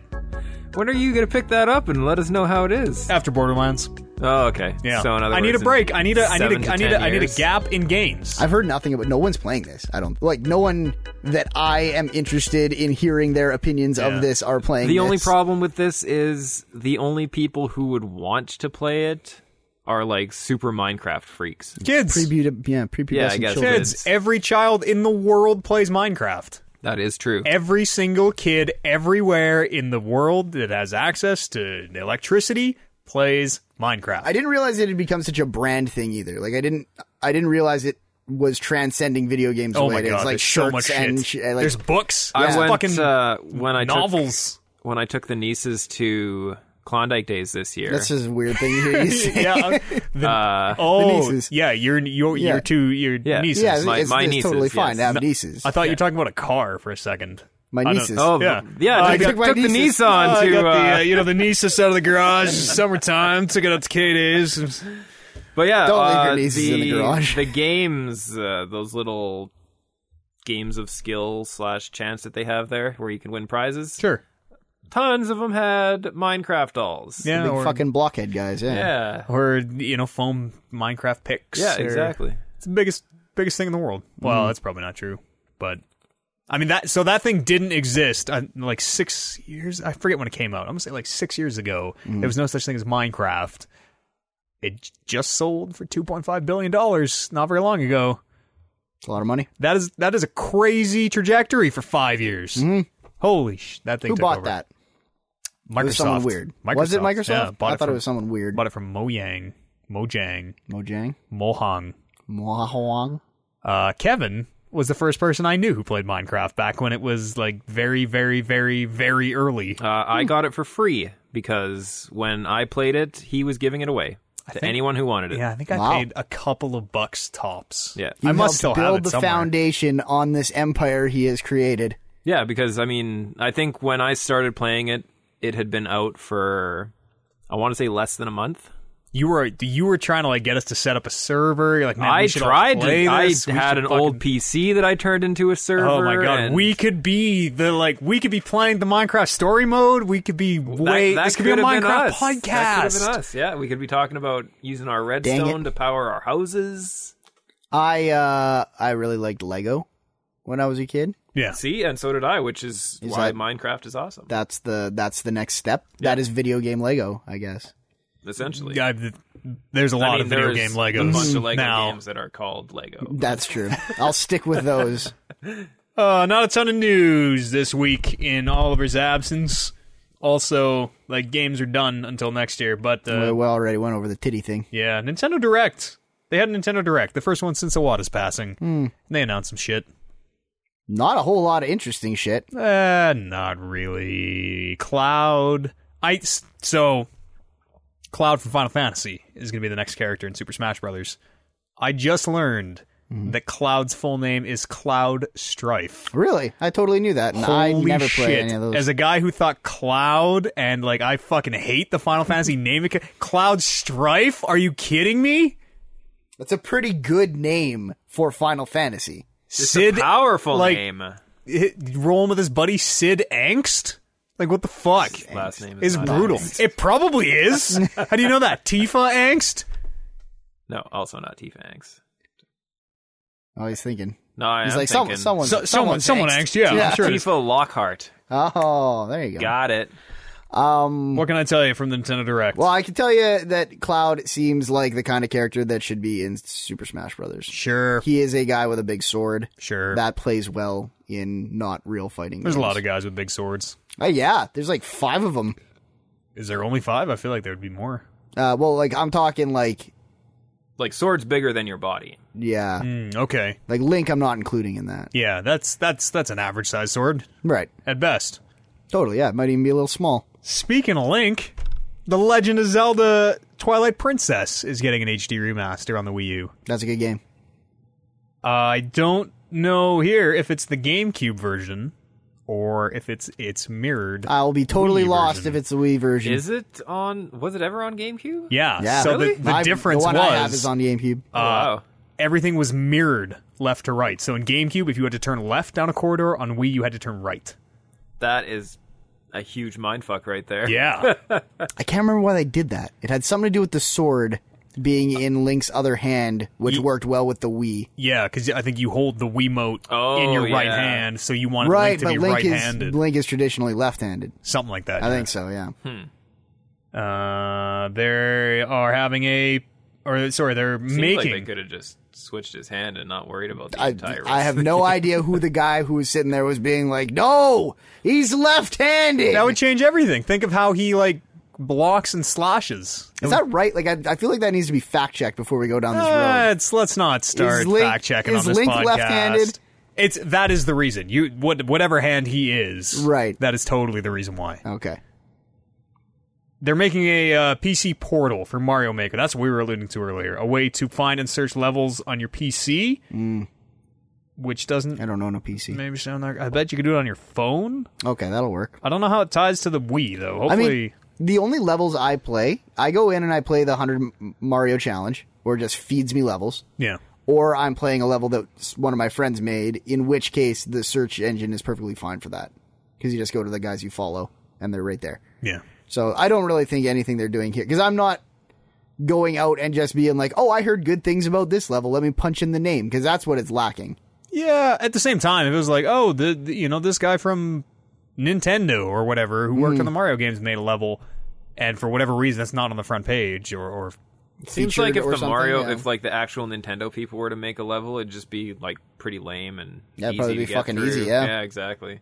C: When are you going to pick that up and let us know how it is?
A: After Borderlands.
C: Oh, okay.
A: Yeah.
C: So, in other
A: I need a
C: words, in
A: break. I need a. I need a.
C: seven to
A: I need
C: 10
A: a. I need a
C: years-
A: gap in games.
B: I've heard nothing about no one's playing this. I don't like no one that I am interested in hearing their opinions
A: Yeah.
B: of this are playing.
C: The only
B: this.
C: problem with this is the only people who would want to play it are like super Minecraft freaks.
A: Kids.
B: Prebu- yeah, prepubescent
C: Yeah, I guess.
B: children.
A: Kids, every child in the world plays Minecraft.
C: That is true.
A: Every single kid everywhere in the world that has access to electricity plays Minecraft.
B: I didn't realize it had become such a brand thing either. Like I didn't, I didn't realize it was transcending video games. the
A: oh
B: way
A: my
B: it is.
A: god,
B: like
A: there's so
B: shirts
A: much
B: and
A: shit.
B: sh- like,
A: there's books.
C: I
A: there's
C: went
A: fucking (laughs)
C: uh, when I (laughs)
A: novels.
C: Took, when I took the nieces to Klondike Days this year.
B: that's just a weird thing to hear you say.
A: yeah. the-
C: uh,
A: oh,
B: nieces.
A: yeah. Your your
B: Yeah.
A: your two your
C: Yeah.
A: nieces.
B: yeah, it's,
C: My-
B: it's,
C: my
B: it's
C: nieces,
B: totally fine to
C: yes.
B: have nieces.
A: I thought you were talking about a car for a second.
B: My
A: I don't-
B: nieces.
C: oh
A: Yeah.
C: yeah, yeah.
A: Uh, I
C: I
A: got-
C: took, took
B: my
C: the
B: nieces-
C: Nissan
A: I
C: to.
A: got the
C: uh,
A: uh, you know the nieces out of the garage. summertime. Took it out to K
C: (laughs)
A: days.
C: But yeah,
B: Don't leave your
C: uh,
B: nieces
C: the,
B: in the garage.
C: the games, uh, those little games of skill slash chance that they have there, where you can win prizes.
A: Sure.
C: Tons of them had Minecraft dolls.
A: Yeah.
B: Big
A: or,
B: fucking blockhead guys. Yeah.
C: yeah,
A: or you know foam Minecraft picks.
C: yeah,
A: or-
C: exactly.
A: It's the biggest biggest thing in the world. Well,
B: Mm-hmm.
A: that's probably not true, but I mean that. So that thing didn't exist uh, like six years. I forget when it came out. I'm gonna say like six years ago.
B: Mm-hmm.
A: There was no such thing as Minecraft. It j- just sold for 2.5 billion dollars not very long ago.
B: It's a lot of money.
A: That is that is a crazy trajectory for five years. Holy sh! That thing
B: Mm-hmm. Who
A: took
B: bought
A: over.
B: that?
A: Microsoft.
B: It was someone weird.
A: Microsoft.
B: Was it
A: Yeah,
B: Microsoft?
A: bought
B: I
A: it
B: thought
A: from,
B: it was someone weird.
A: bought it from Mojang. Mojang.
B: Mojang,
A: Mohang.
B: Moahong.
A: uh, Kevin was the first person I knew who played Minecraft back when it was like very, very, very, very early.
C: Uh, I got it for free because when I played it, he was giving it away to anyone who wanted it.
A: Yeah, I think I
B: Wow.
A: paid a couple of bucks tops.
C: Yeah.
A: I
B: You
A: must still
B: helped
A: have
B: build
A: it
B: the
A: somewhere.
B: foundation on this empire he has created.
C: Yeah, because I mean, I think when I started playing it, it had been out for I want to say less than a month.
A: You were you were trying to like get us to set up a server. You're like, man,
C: I
A: we should all
C: tried
A: play
C: to. I
A: this. We
C: had
A: should
C: an
A: fucking-
C: old PC that I turned into a server.
A: Oh my god,
C: and
A: we could be the like we could be playing the Minecraft story mode. We could be
C: that,
A: way.
C: that
A: this could be a
C: have been
A: Minecraft
C: us.
A: podcast.
C: That could have been us. Yeah, we could be talking about using our redstone to power our houses.
B: I uh I really liked Lego when I was a kid.
A: Yeah,
C: See, and so did I, which is,
B: Is
C: why
B: that-
C: Minecraft is awesome.
B: That's the that's the next step. That is video game Lego, I guess.
C: essentially,
A: Yeah, I've- there's a lot
C: I mean,
A: of video
C: there's
A: game
C: a
A: Legos
C: bunch of Lego
A: now.
C: games that are called Lego.
A: (laughs)
B: That's true. I'll stick with those.
A: Uh, not a ton of news this week in Oliver's absence. Also, like games are done until next year, but uh,
B: Well, we already went over the titty thing.
A: yeah, Nintendo Direct. They had a Nintendo Direct, the first one since Iwata's passing. And they announced some shit.
B: Not a whole lot of interesting shit.
A: Uh, not really. Cloud. I so Cloud from Final Fantasy is going to be the next character in Super Smash Brothers. I just learned that Cloud's full name is Cloud Strife.
B: Really, I totally knew that. And I
A: Holy
B: never
A: shit!
B: played any of those.
A: As a guy who thought Cloud and like I fucking hate the Final Fantasy name, Cloud Strife. Are you kidding me?
B: That's a pretty good name for Final Fantasy.
C: It's
A: Sid
C: a powerful
A: like-
C: name.
A: hit, rolling with his buddy Sid Angst? Like what the fuck?
C: Last name is,
A: Is
C: not
A: brutal.
C: Angst.
A: It probably
B: (laughs)
A: is. How do you know that? Tifa Angst?
C: No, also not T Fangs.
B: Oh, he's thinking.
C: No, I
B: He's
C: am
B: like
C: thinking
B: someone, someone,
A: So- someone- someone angst, yeah, I'm sure.
C: Tifa Lockhart.
B: Oh, there you go.
C: Got it.
B: Um,
A: What can I tell you from the Nintendo Direct?
B: well, I can tell you that Cloud seems like the kind of character that should be in Super Smash Brothers.
A: sure,
B: He is a guy with a big sword
A: sure.
B: that plays well in not real fighting.
A: There's a lot of guys with big swords.
B: Oh yeah, there's like five of them.
A: Is there only five? I feel like there would be more.
B: Uh, well, like I'm talking like
C: Like swords bigger than your body.
B: yeah,
A: Hmm, okay,
B: like Link. I'm not including in that.
A: yeah, that's that's that's an average sized sword
B: Right.
A: at best.
B: Totally. Yeah. It might even be a little small.
A: Speaking of Link, The Legend of Zelda: Twilight Princess is getting an HD remaster on the Wii U. Uh,
B: That's a good game.
A: I don't know here if it's the GameCube version or if it's it's mirrored.
B: I'll be totally
A: Wii
B: lost
A: version.
B: if it's the Wii version.
C: Is it on? Was it ever on GameCube?
A: yeah. uh,
B: yeah.
A: So
C: Really?
A: the, the
B: My-
A: difference
B: the one I have
A: was
B: is on the GameCube.
C: wow.
A: everything was mirrored left to right. So in GameCube, if you had to turn left down a corridor, on Wii you had to turn
C: (laughs)
A: right.
C: That is a huge mindfuck right there.
A: Yeah.
B: I can't remember why they did that. It had something to do with the sword being in Link's other hand, which worked well with the Wii.
A: yeah, because I think you hold the Wiimote
C: Oh,
A: in your right
C: yeah.
A: hand, so you want Link
B: Right,
A: to
B: but
A: be
B: Link
A: right-handed, Hmm.
B: is Link is traditionally left-handed.
A: something like that.
B: I think so. Yeah.
A: Uh, they are having a, or sorry, they're
C: Seems
A: making.
C: like they could have just switched his hand and not worried about the
B: I,
C: entire.
B: I have no idea who the guy who was sitting there was being like, no, he's left-handed.
A: that would change everything. Think of how he like blocks and slashes.
B: is that right? Like, I, I feel like that needs to be fact-checked before we go down this road.
A: Let's let's not start
B: Link-
A: fact checking
B: is
A: on this
B: Link
A: podcast.
B: left-handed?
A: It's that is the reason. You what whatever hand he is,
B: Right.
A: That is totally the reason why
B: Okay.
A: they're making a uh, PC portal for Mario Maker. That's what we were alluding to earlier. A way to find and search levels on your PC,
B: Mm.
A: which doesn't
B: I don't own a PC.
A: maybe sound like. I bet you could do it on your phone.
B: Okay, that'll work.
A: I don't know how it ties to the Wii though.
B: I
A: Hopefully,
B: mean, the only levels I play, I go in and I play the 100 M- Mario challenge, where it just feeds me levels,
A: yeah.
B: or I'm playing a level that s- one of my friends made, in which case the search engine is perfectly fine for that. Because you just go to the guys you follow, and they're right there.
A: Yeah.
B: So I don't really think anything they're doing here, because I'm not going out and just being like, oh, I heard good things about this level, let me punch in the name, because that's what it's lacking.
A: Yeah, at the same time, if it was like, oh, the, the you know this guy from Nintendo or whatever who
B: Mm-hmm.
A: worked on the Mario games made a level, and for whatever reason that's not on the front page or, or
C: Seems like
B: featured
C: if
B: or
C: the
B: something,
C: Mario,
B: yeah.
C: if like the actual Nintendo people were to make a level, it'd just be like pretty lame and
B: Yeah, it'd
C: easy
B: probably
C: to
B: be
C: get
B: fucking
C: through.
B: easy, yeah.
C: yeah, exactly.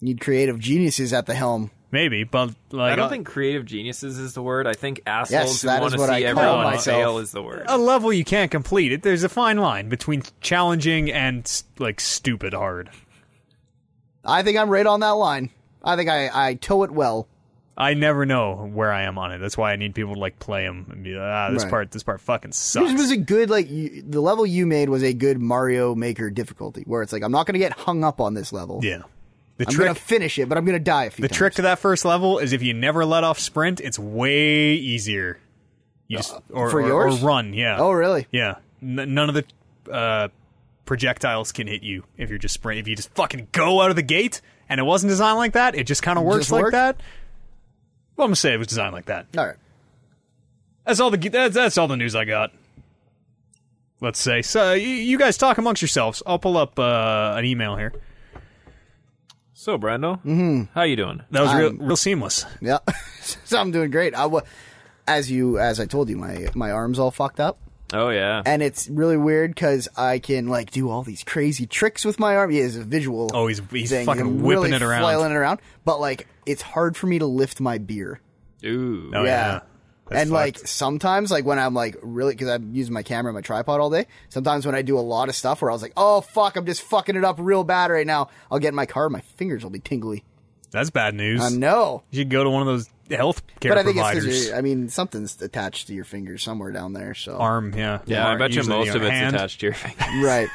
B: You need creative geniuses at the helm.
A: maybe, but like uh,
C: I don't
A: a,
C: think creative geniuses is the word. I think assholes
B: Yes,
C: who
B: that
C: want
B: is
C: to
B: what
C: see
B: I call
C: everyone
B: myself.
C: fail is the word.
A: a level you can't complete. It there's a fine line between challenging and like stupid hard.
B: I think I'm right on that line. I think I, I toe it well.
A: I never know where I am on it. That's why I need people to like play them and be like, ah, this
B: Right.
A: part, this part fucking
B: Yours
A: sucks.
B: was a good like you, the level you made was a good Mario Maker difficulty where it's like I'm not going to get hung up on this level.
A: Yeah, the
B: I'm
A: trick.
B: going to finish it, but I'm going to die a few
A: The trick to that first level is if you never let off sprint, it's way easier. You just or,
B: Uh, for
A: or- or
B: yours?
A: run, yeah.
B: Oh, really?
A: Yeah. N- none of the uh, projectiles can hit you if you're just sprint. If you just fucking go out of the gate, and it wasn't designed like that, it just kind of works
B: Just
A: like
B: worked?
A: that. Well, I'm gonna say it was designed like that.
B: All right.
A: That's all the ge- that's, that's all the news I got. Let's say so. You, you guys talk amongst yourselves. I'll pull up uh, an email here.
C: so, Brando, mm-hmm. how you doing?
A: That
B: Um,
A: was real, real seamless.
B: Yeah. (laughs) so I'm doing great. I wa- as you as I told you my my arms all fucked up.
C: Oh yeah,
B: And it's really weird because I can like do all these crazy tricks with my arm. Yeah, it's a visual.
A: Oh, he's- he's
B: thing.
A: fucking
B: I'm
A: whipping
B: really
A: it around.
B: Uh, flailing it around. But like, it's hard for me to lift my beer.
C: ooh,
A: Oh, yeah.
B: and like sometimes, like when I'm like really, because I'm using my camera and my tripod all day. Sometimes when I do a lot of stuff where I was like, oh fuck, I'm just fucking it up real bad right now. I'll get in my car, my fingers will be tingly.
A: That's bad news.
B: I know,
A: you should go to one of those health care
B: but I think it's
A: providers.
B: because I mean something's attached to your finger somewhere down there. So
A: Arm, yeah.
C: Yeah, I
A: Arm,
C: bet you
A: usually
C: most of it's
A: hand.
C: attached to your finger.
A: (laughs)
C: (laughs)
B: right.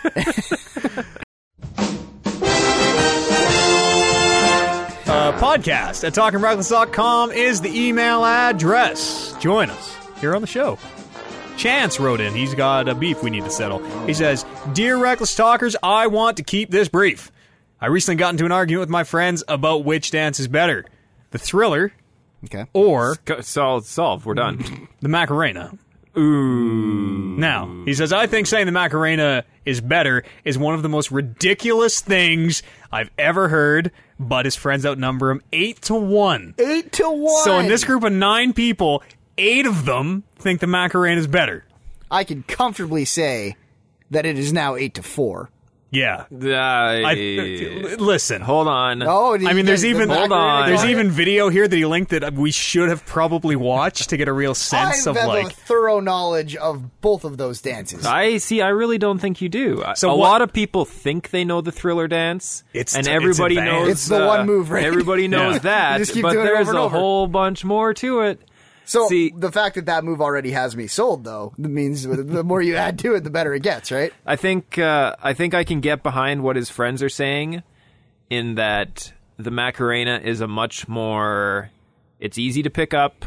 A: Uh, podcast at talkingrockless.com is the email address. Join us here on the show. Chance wrote in. He's got a beef we need to settle. He says, Dear Reckless Talkers, I want to keep this brief. I recently got into an argument with my friends about which dance is better the thriller
B: okay.
A: or
C: Go, solve, solve. We're done.
A: the Macarena. Ooh. Now, he says, I think saying the Macarena is better is one of the most ridiculous things I've ever heard, but his friends outnumber him eight to one.
B: Eight to one.
A: So in this group of nine people, eight of them think the Macarena is better.
B: I can comfortably say that it is now eight to four.
A: Yeah. I,
C: I,
A: listen.
C: (laughs) hold on.
B: Oh, did
A: I mean,
B: you guys-
A: there's even
B: the
C: Hold
B: Macarena
C: on.
B: got
A: there's
B: it?
A: even video here that he linked that we should have probably watched to get
B: (laughs)
A: a real sense
B: I
A: of
B: have
A: like
B: a thorough knowledge of both of those dances.
C: I see. I really don't think you do. I-
A: So
C: a
A: what-
C: lot of people think they know the thriller dance,
A: It's-
C: and
A: it's
C: everybody
A: advanced.
C: knows
B: It's the one move, right? (laughs)
C: Everybody knows
A: Yeah.
C: that,
B: You just keep
C: but
B: doing it
C: there's
B: over and
C: a
B: over.
C: whole bunch more to it.
B: So
C: See-
B: the fact that that move already has me sold, though, that means the more you (laughs) add to it, the better it gets, right?
C: I think uh, I think I can get behind what his friends are saying, in that the Macarena is a much more. It's easy to pick up.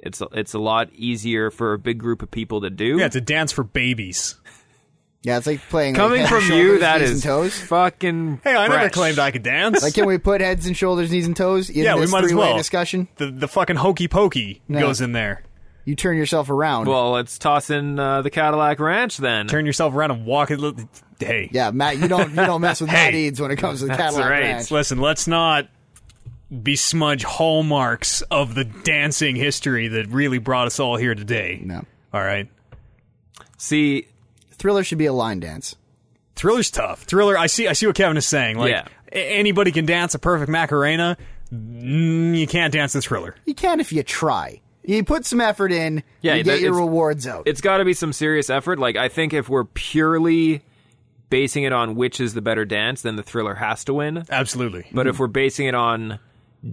C: It's it's a lot easier for a big group of people to do.
A: yeah, it's a dance for babies.
B: Yeah, it's like playing. like, (laughs)
C: Coming
B: head
C: from
B: and
C: you,
B: shoulders,
C: that
B: knees
C: is
B: and toes.
C: fucking.
A: Hey, I never
C: fresh.
A: claimed I could dance.
B: Like,
C: (laughs)
B: can we put heads and shoulders, knees and toes in
A: yeah, we
B: this
A: might as
B: three-way
A: well.
B: discussion?
A: The the fucking hokey pokey goes in there.
B: You turn yourself around.
C: Well, let's toss in uh, the Cadillac Ranch then.
A: Turn yourself around and walk it. look- Hey,
B: yeah, Matt, you don't you don't mess
C: (laughs)
B: with Matt
A: Hey,
B: Eads when it comes to the Cadillac
C: right.
B: Ranch.
A: listen, let's not besmudge hallmarks of the dancing history that really brought us all here today.
B: No,
A: All right.
C: See,
B: Thriller should be a line dance.
A: Thriller's tough. Thriller, I see I see what Kevin is saying. Like
C: Yeah.
A: a- anybody can dance a perfect Macarena. Mm, you can't dance the thriller.
B: You can if you try. You put some effort in.
C: Yeah,
B: you get
C: that-
B: your
C: it's-
B: rewards out.
C: it's got to be some serious effort. Like I think if we're purely basing it on which is the better dance, then the thriller has to win.
A: Absolutely.
C: But if we're basing it on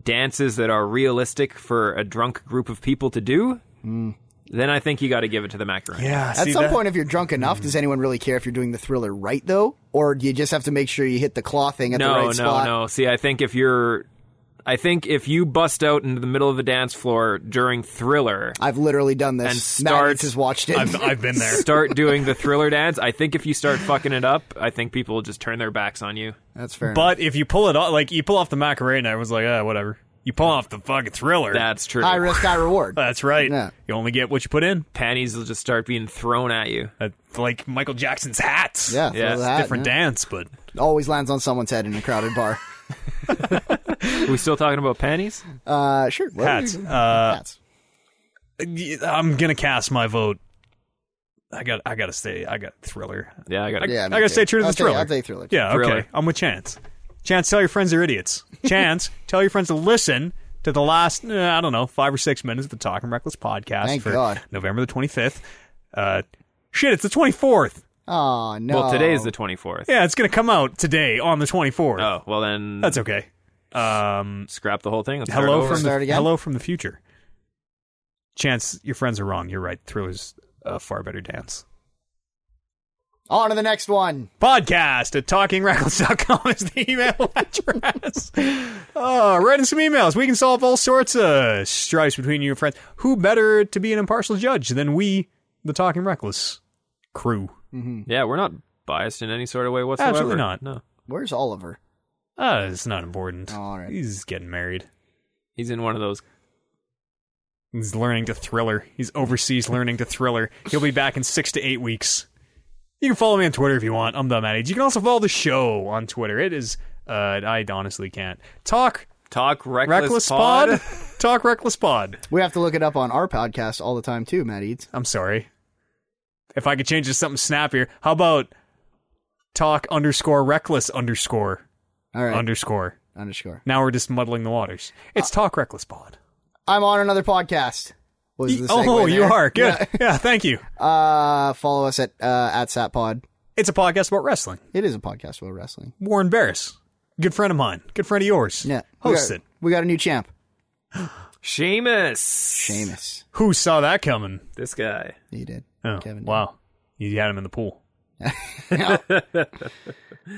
C: dances that are realistic for a drunk group of people to do, then I think you got to give it to the macaroni.
A: Yeah.
B: At some point, if you're drunk enough, does anyone really care if you're doing the Thriller right though, or do you just have to make sure you hit the claw thing at
C: No,
B: the right
C: no,
B: spot?
C: no. See, I think if you're I think if you bust out into the middle of a dance floor during Thriller,
B: I've literally done this.
C: And
B: Matt
C: start-
B: Eads has watched it.
A: I've, I've been there.
C: start doing the Thriller dance, I think if you start fucking it up, I think people will just turn their backs on you.
B: (laughs) That's fair.
A: But if you pull it off, like you pull off the Macarena, I was like, ah, whatever. You pull off the fucking thriller.
C: That's true.
B: enough. High risk, high
A: (laughs)
B: reward.
A: That's right.
B: Yeah.
A: You only get what you put in.
C: Panties will just start being thrown at you.
A: That's like Michael Jackson's hats.
B: yeah,
C: yeah,
B: throw
C: it's
B: the hat,
A: Different
B: yeah.
A: dance, but uh,
B: Always lands on someone's head in a
A: (laughs)
B: crowded bar.
C: Are we still talking about panties?
B: Uh, sure. Well,
A: Hats.
B: you-
A: Uh,
B: hats.
A: I'm gonna cast my vote. I got. I gotta stay. I got thriller.
C: Yeah, I got.
A: I
B: Yeah, me
A: gotta
B: too.
A: stay true to the
B: I'll take-
A: thriller.
B: I'll take Thriller.
A: Yeah. Okay.
C: Thriller.
A: I'm with Chance. Chance, tell your friends they're
B: (laughs)
A: idiots. Chance, tell your friends to listen to the last. Uh, I don't know, five or six minutes of the Talking Reckless podcast
B: Thank
A: for
B: God.
A: November the 25th. Uh, shit, it's the 24th.
B: Oh no.
C: Well, today is the twenty fourth.
A: Yeah, it's gonna come out today on the 24th.
C: Oh well, then
A: That's okay. Um,
C: scrap the whole thing. Let's start
A: hello
C: over.
A: from
B: Start
A: the,
B: again?
A: hello from the future. Chance, your friends are wrong. You're right. Thriller's a far better dance.
B: on to the next one.
A: podcast at talkingreckless.com is the email (laughs) address. uh, write in some emails. We can solve all sorts of strifes between you and friends. Who better to be an impartial judge than we, the Talking Reckless crew?
C: Yeah, we're not biased in any sort of way whatsoever.
A: Absolutely not.
C: No,
B: Where's Oliver?
A: Uh, it's not important.
B: All right.
A: He's getting married.
C: he's in one of those.
A: He's learning to thriller. He's overseas learning to thriller. He'll be back in six to eight weeks. You can follow me on Twitter if you want. I'm the Matt Eads. You can also follow the show on Twitter. It is, uh, I honestly can't. Talk
C: Talk reckless,
A: Reckless
C: pod.
A: Pod. Talk Reckless Pod.
B: We have to look it up on our podcast all the time too, Matt Eads.
A: I'm sorry. If I could change it to something snappier, how about talk underscore reckless underscore
B: All right. Uh,
A: underscore?
B: Underscore.
A: Now we're just muddling the waters. It's talk reckless pod.
B: I'm on another podcast. was the
A: Oh,
B: segue
A: you
B: there.
A: are good. Yeah. thank you.
B: Uh, follow us at uh, at Satpod.
A: It's a podcast about wrestling.
B: It is a podcast about wrestling.
A: Warren Barris, good friend of mine, good friend of yours.
B: Yeah, We
A: hosts
B: got-
A: it.
B: We got a new champ,
C: Seamus.
B: Seamus.
A: Who saw that coming?
C: This guy.
B: He did.
A: Oh,
B: did.
A: wow, you had him in the pool.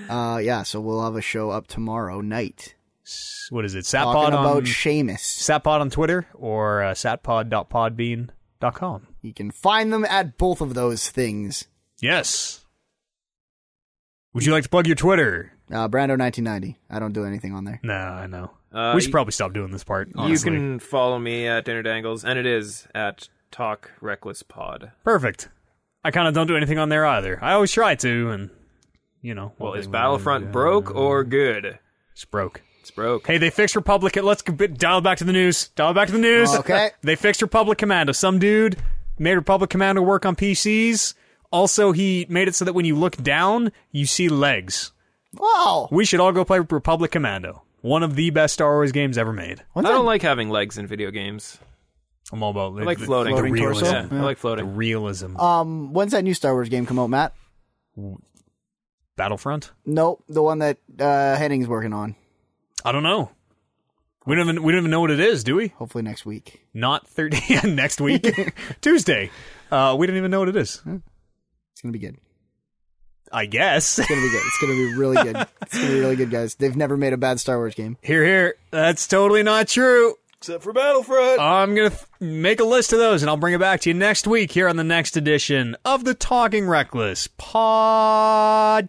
B: Uh, yeah. So we'll have a show up tomorrow night
A: S- What is it?
B: talking
A: Satpod
B: about
A: on
B: Seamus.
A: Satpod on Twitter or uh, satpod.podbean.com.
B: You can find them at both of those things.
A: Yes. Would you like to plug your Twitter?
B: Uh, Brando 1990. I don't do anything on there.
A: No, I know.
C: Uh,
A: we should
C: you-
A: probably stop doing this part. Honestly.
C: You can follow me at Dinner Dangles, and it is at Talk Reckless Pod.
A: Perfect. I kind of don't do anything on there either. I always try to, and you know.
C: Well,
A: one
C: is
A: thing
C: Battlefront broke or good?
A: It's broke.
C: It's broke.
A: Hey, they fixed Republic. Let's go bit- dial back to the news. Dial back to the news.
B: Okay.
A: (laughs) they fixed Republic Commando. Some dude made Republic Commando work on PCs. Also, he made it so that when you look down, you see legs.
B: Wow.
A: We should all go play Republic Commando. One of the best Star Wars games ever made.
C: I don't like having legs in video games.
A: I'm all about
C: I like floating.
A: The
B: Floating
A: realism.
B: torso?
C: Yeah, I like
A: The
C: floating.
A: realism.
B: Um, when's that new Star Wars game come out, Matt?
A: Battlefront.
B: Nope, the one that uh, Henning's working on.
A: I don't know. We don't even we don't even know what it is, do we?
B: Hopefully next week.
A: Not thirty (laughs) next week, Tuesday. Uh, we don't even know what it is.
B: It's gonna be good.
A: I guess.
B: It's gonna be good. It's gonna be really good. It's gonna be really good, guys. They've never made a bad Star Wars game.
A: Here, here. That's totally not true.
C: Except for Battlefront.
A: I'm gonna th- make a list of those, and I'll bring it back to you next week here on the next edition of the Talking Reckless podcast.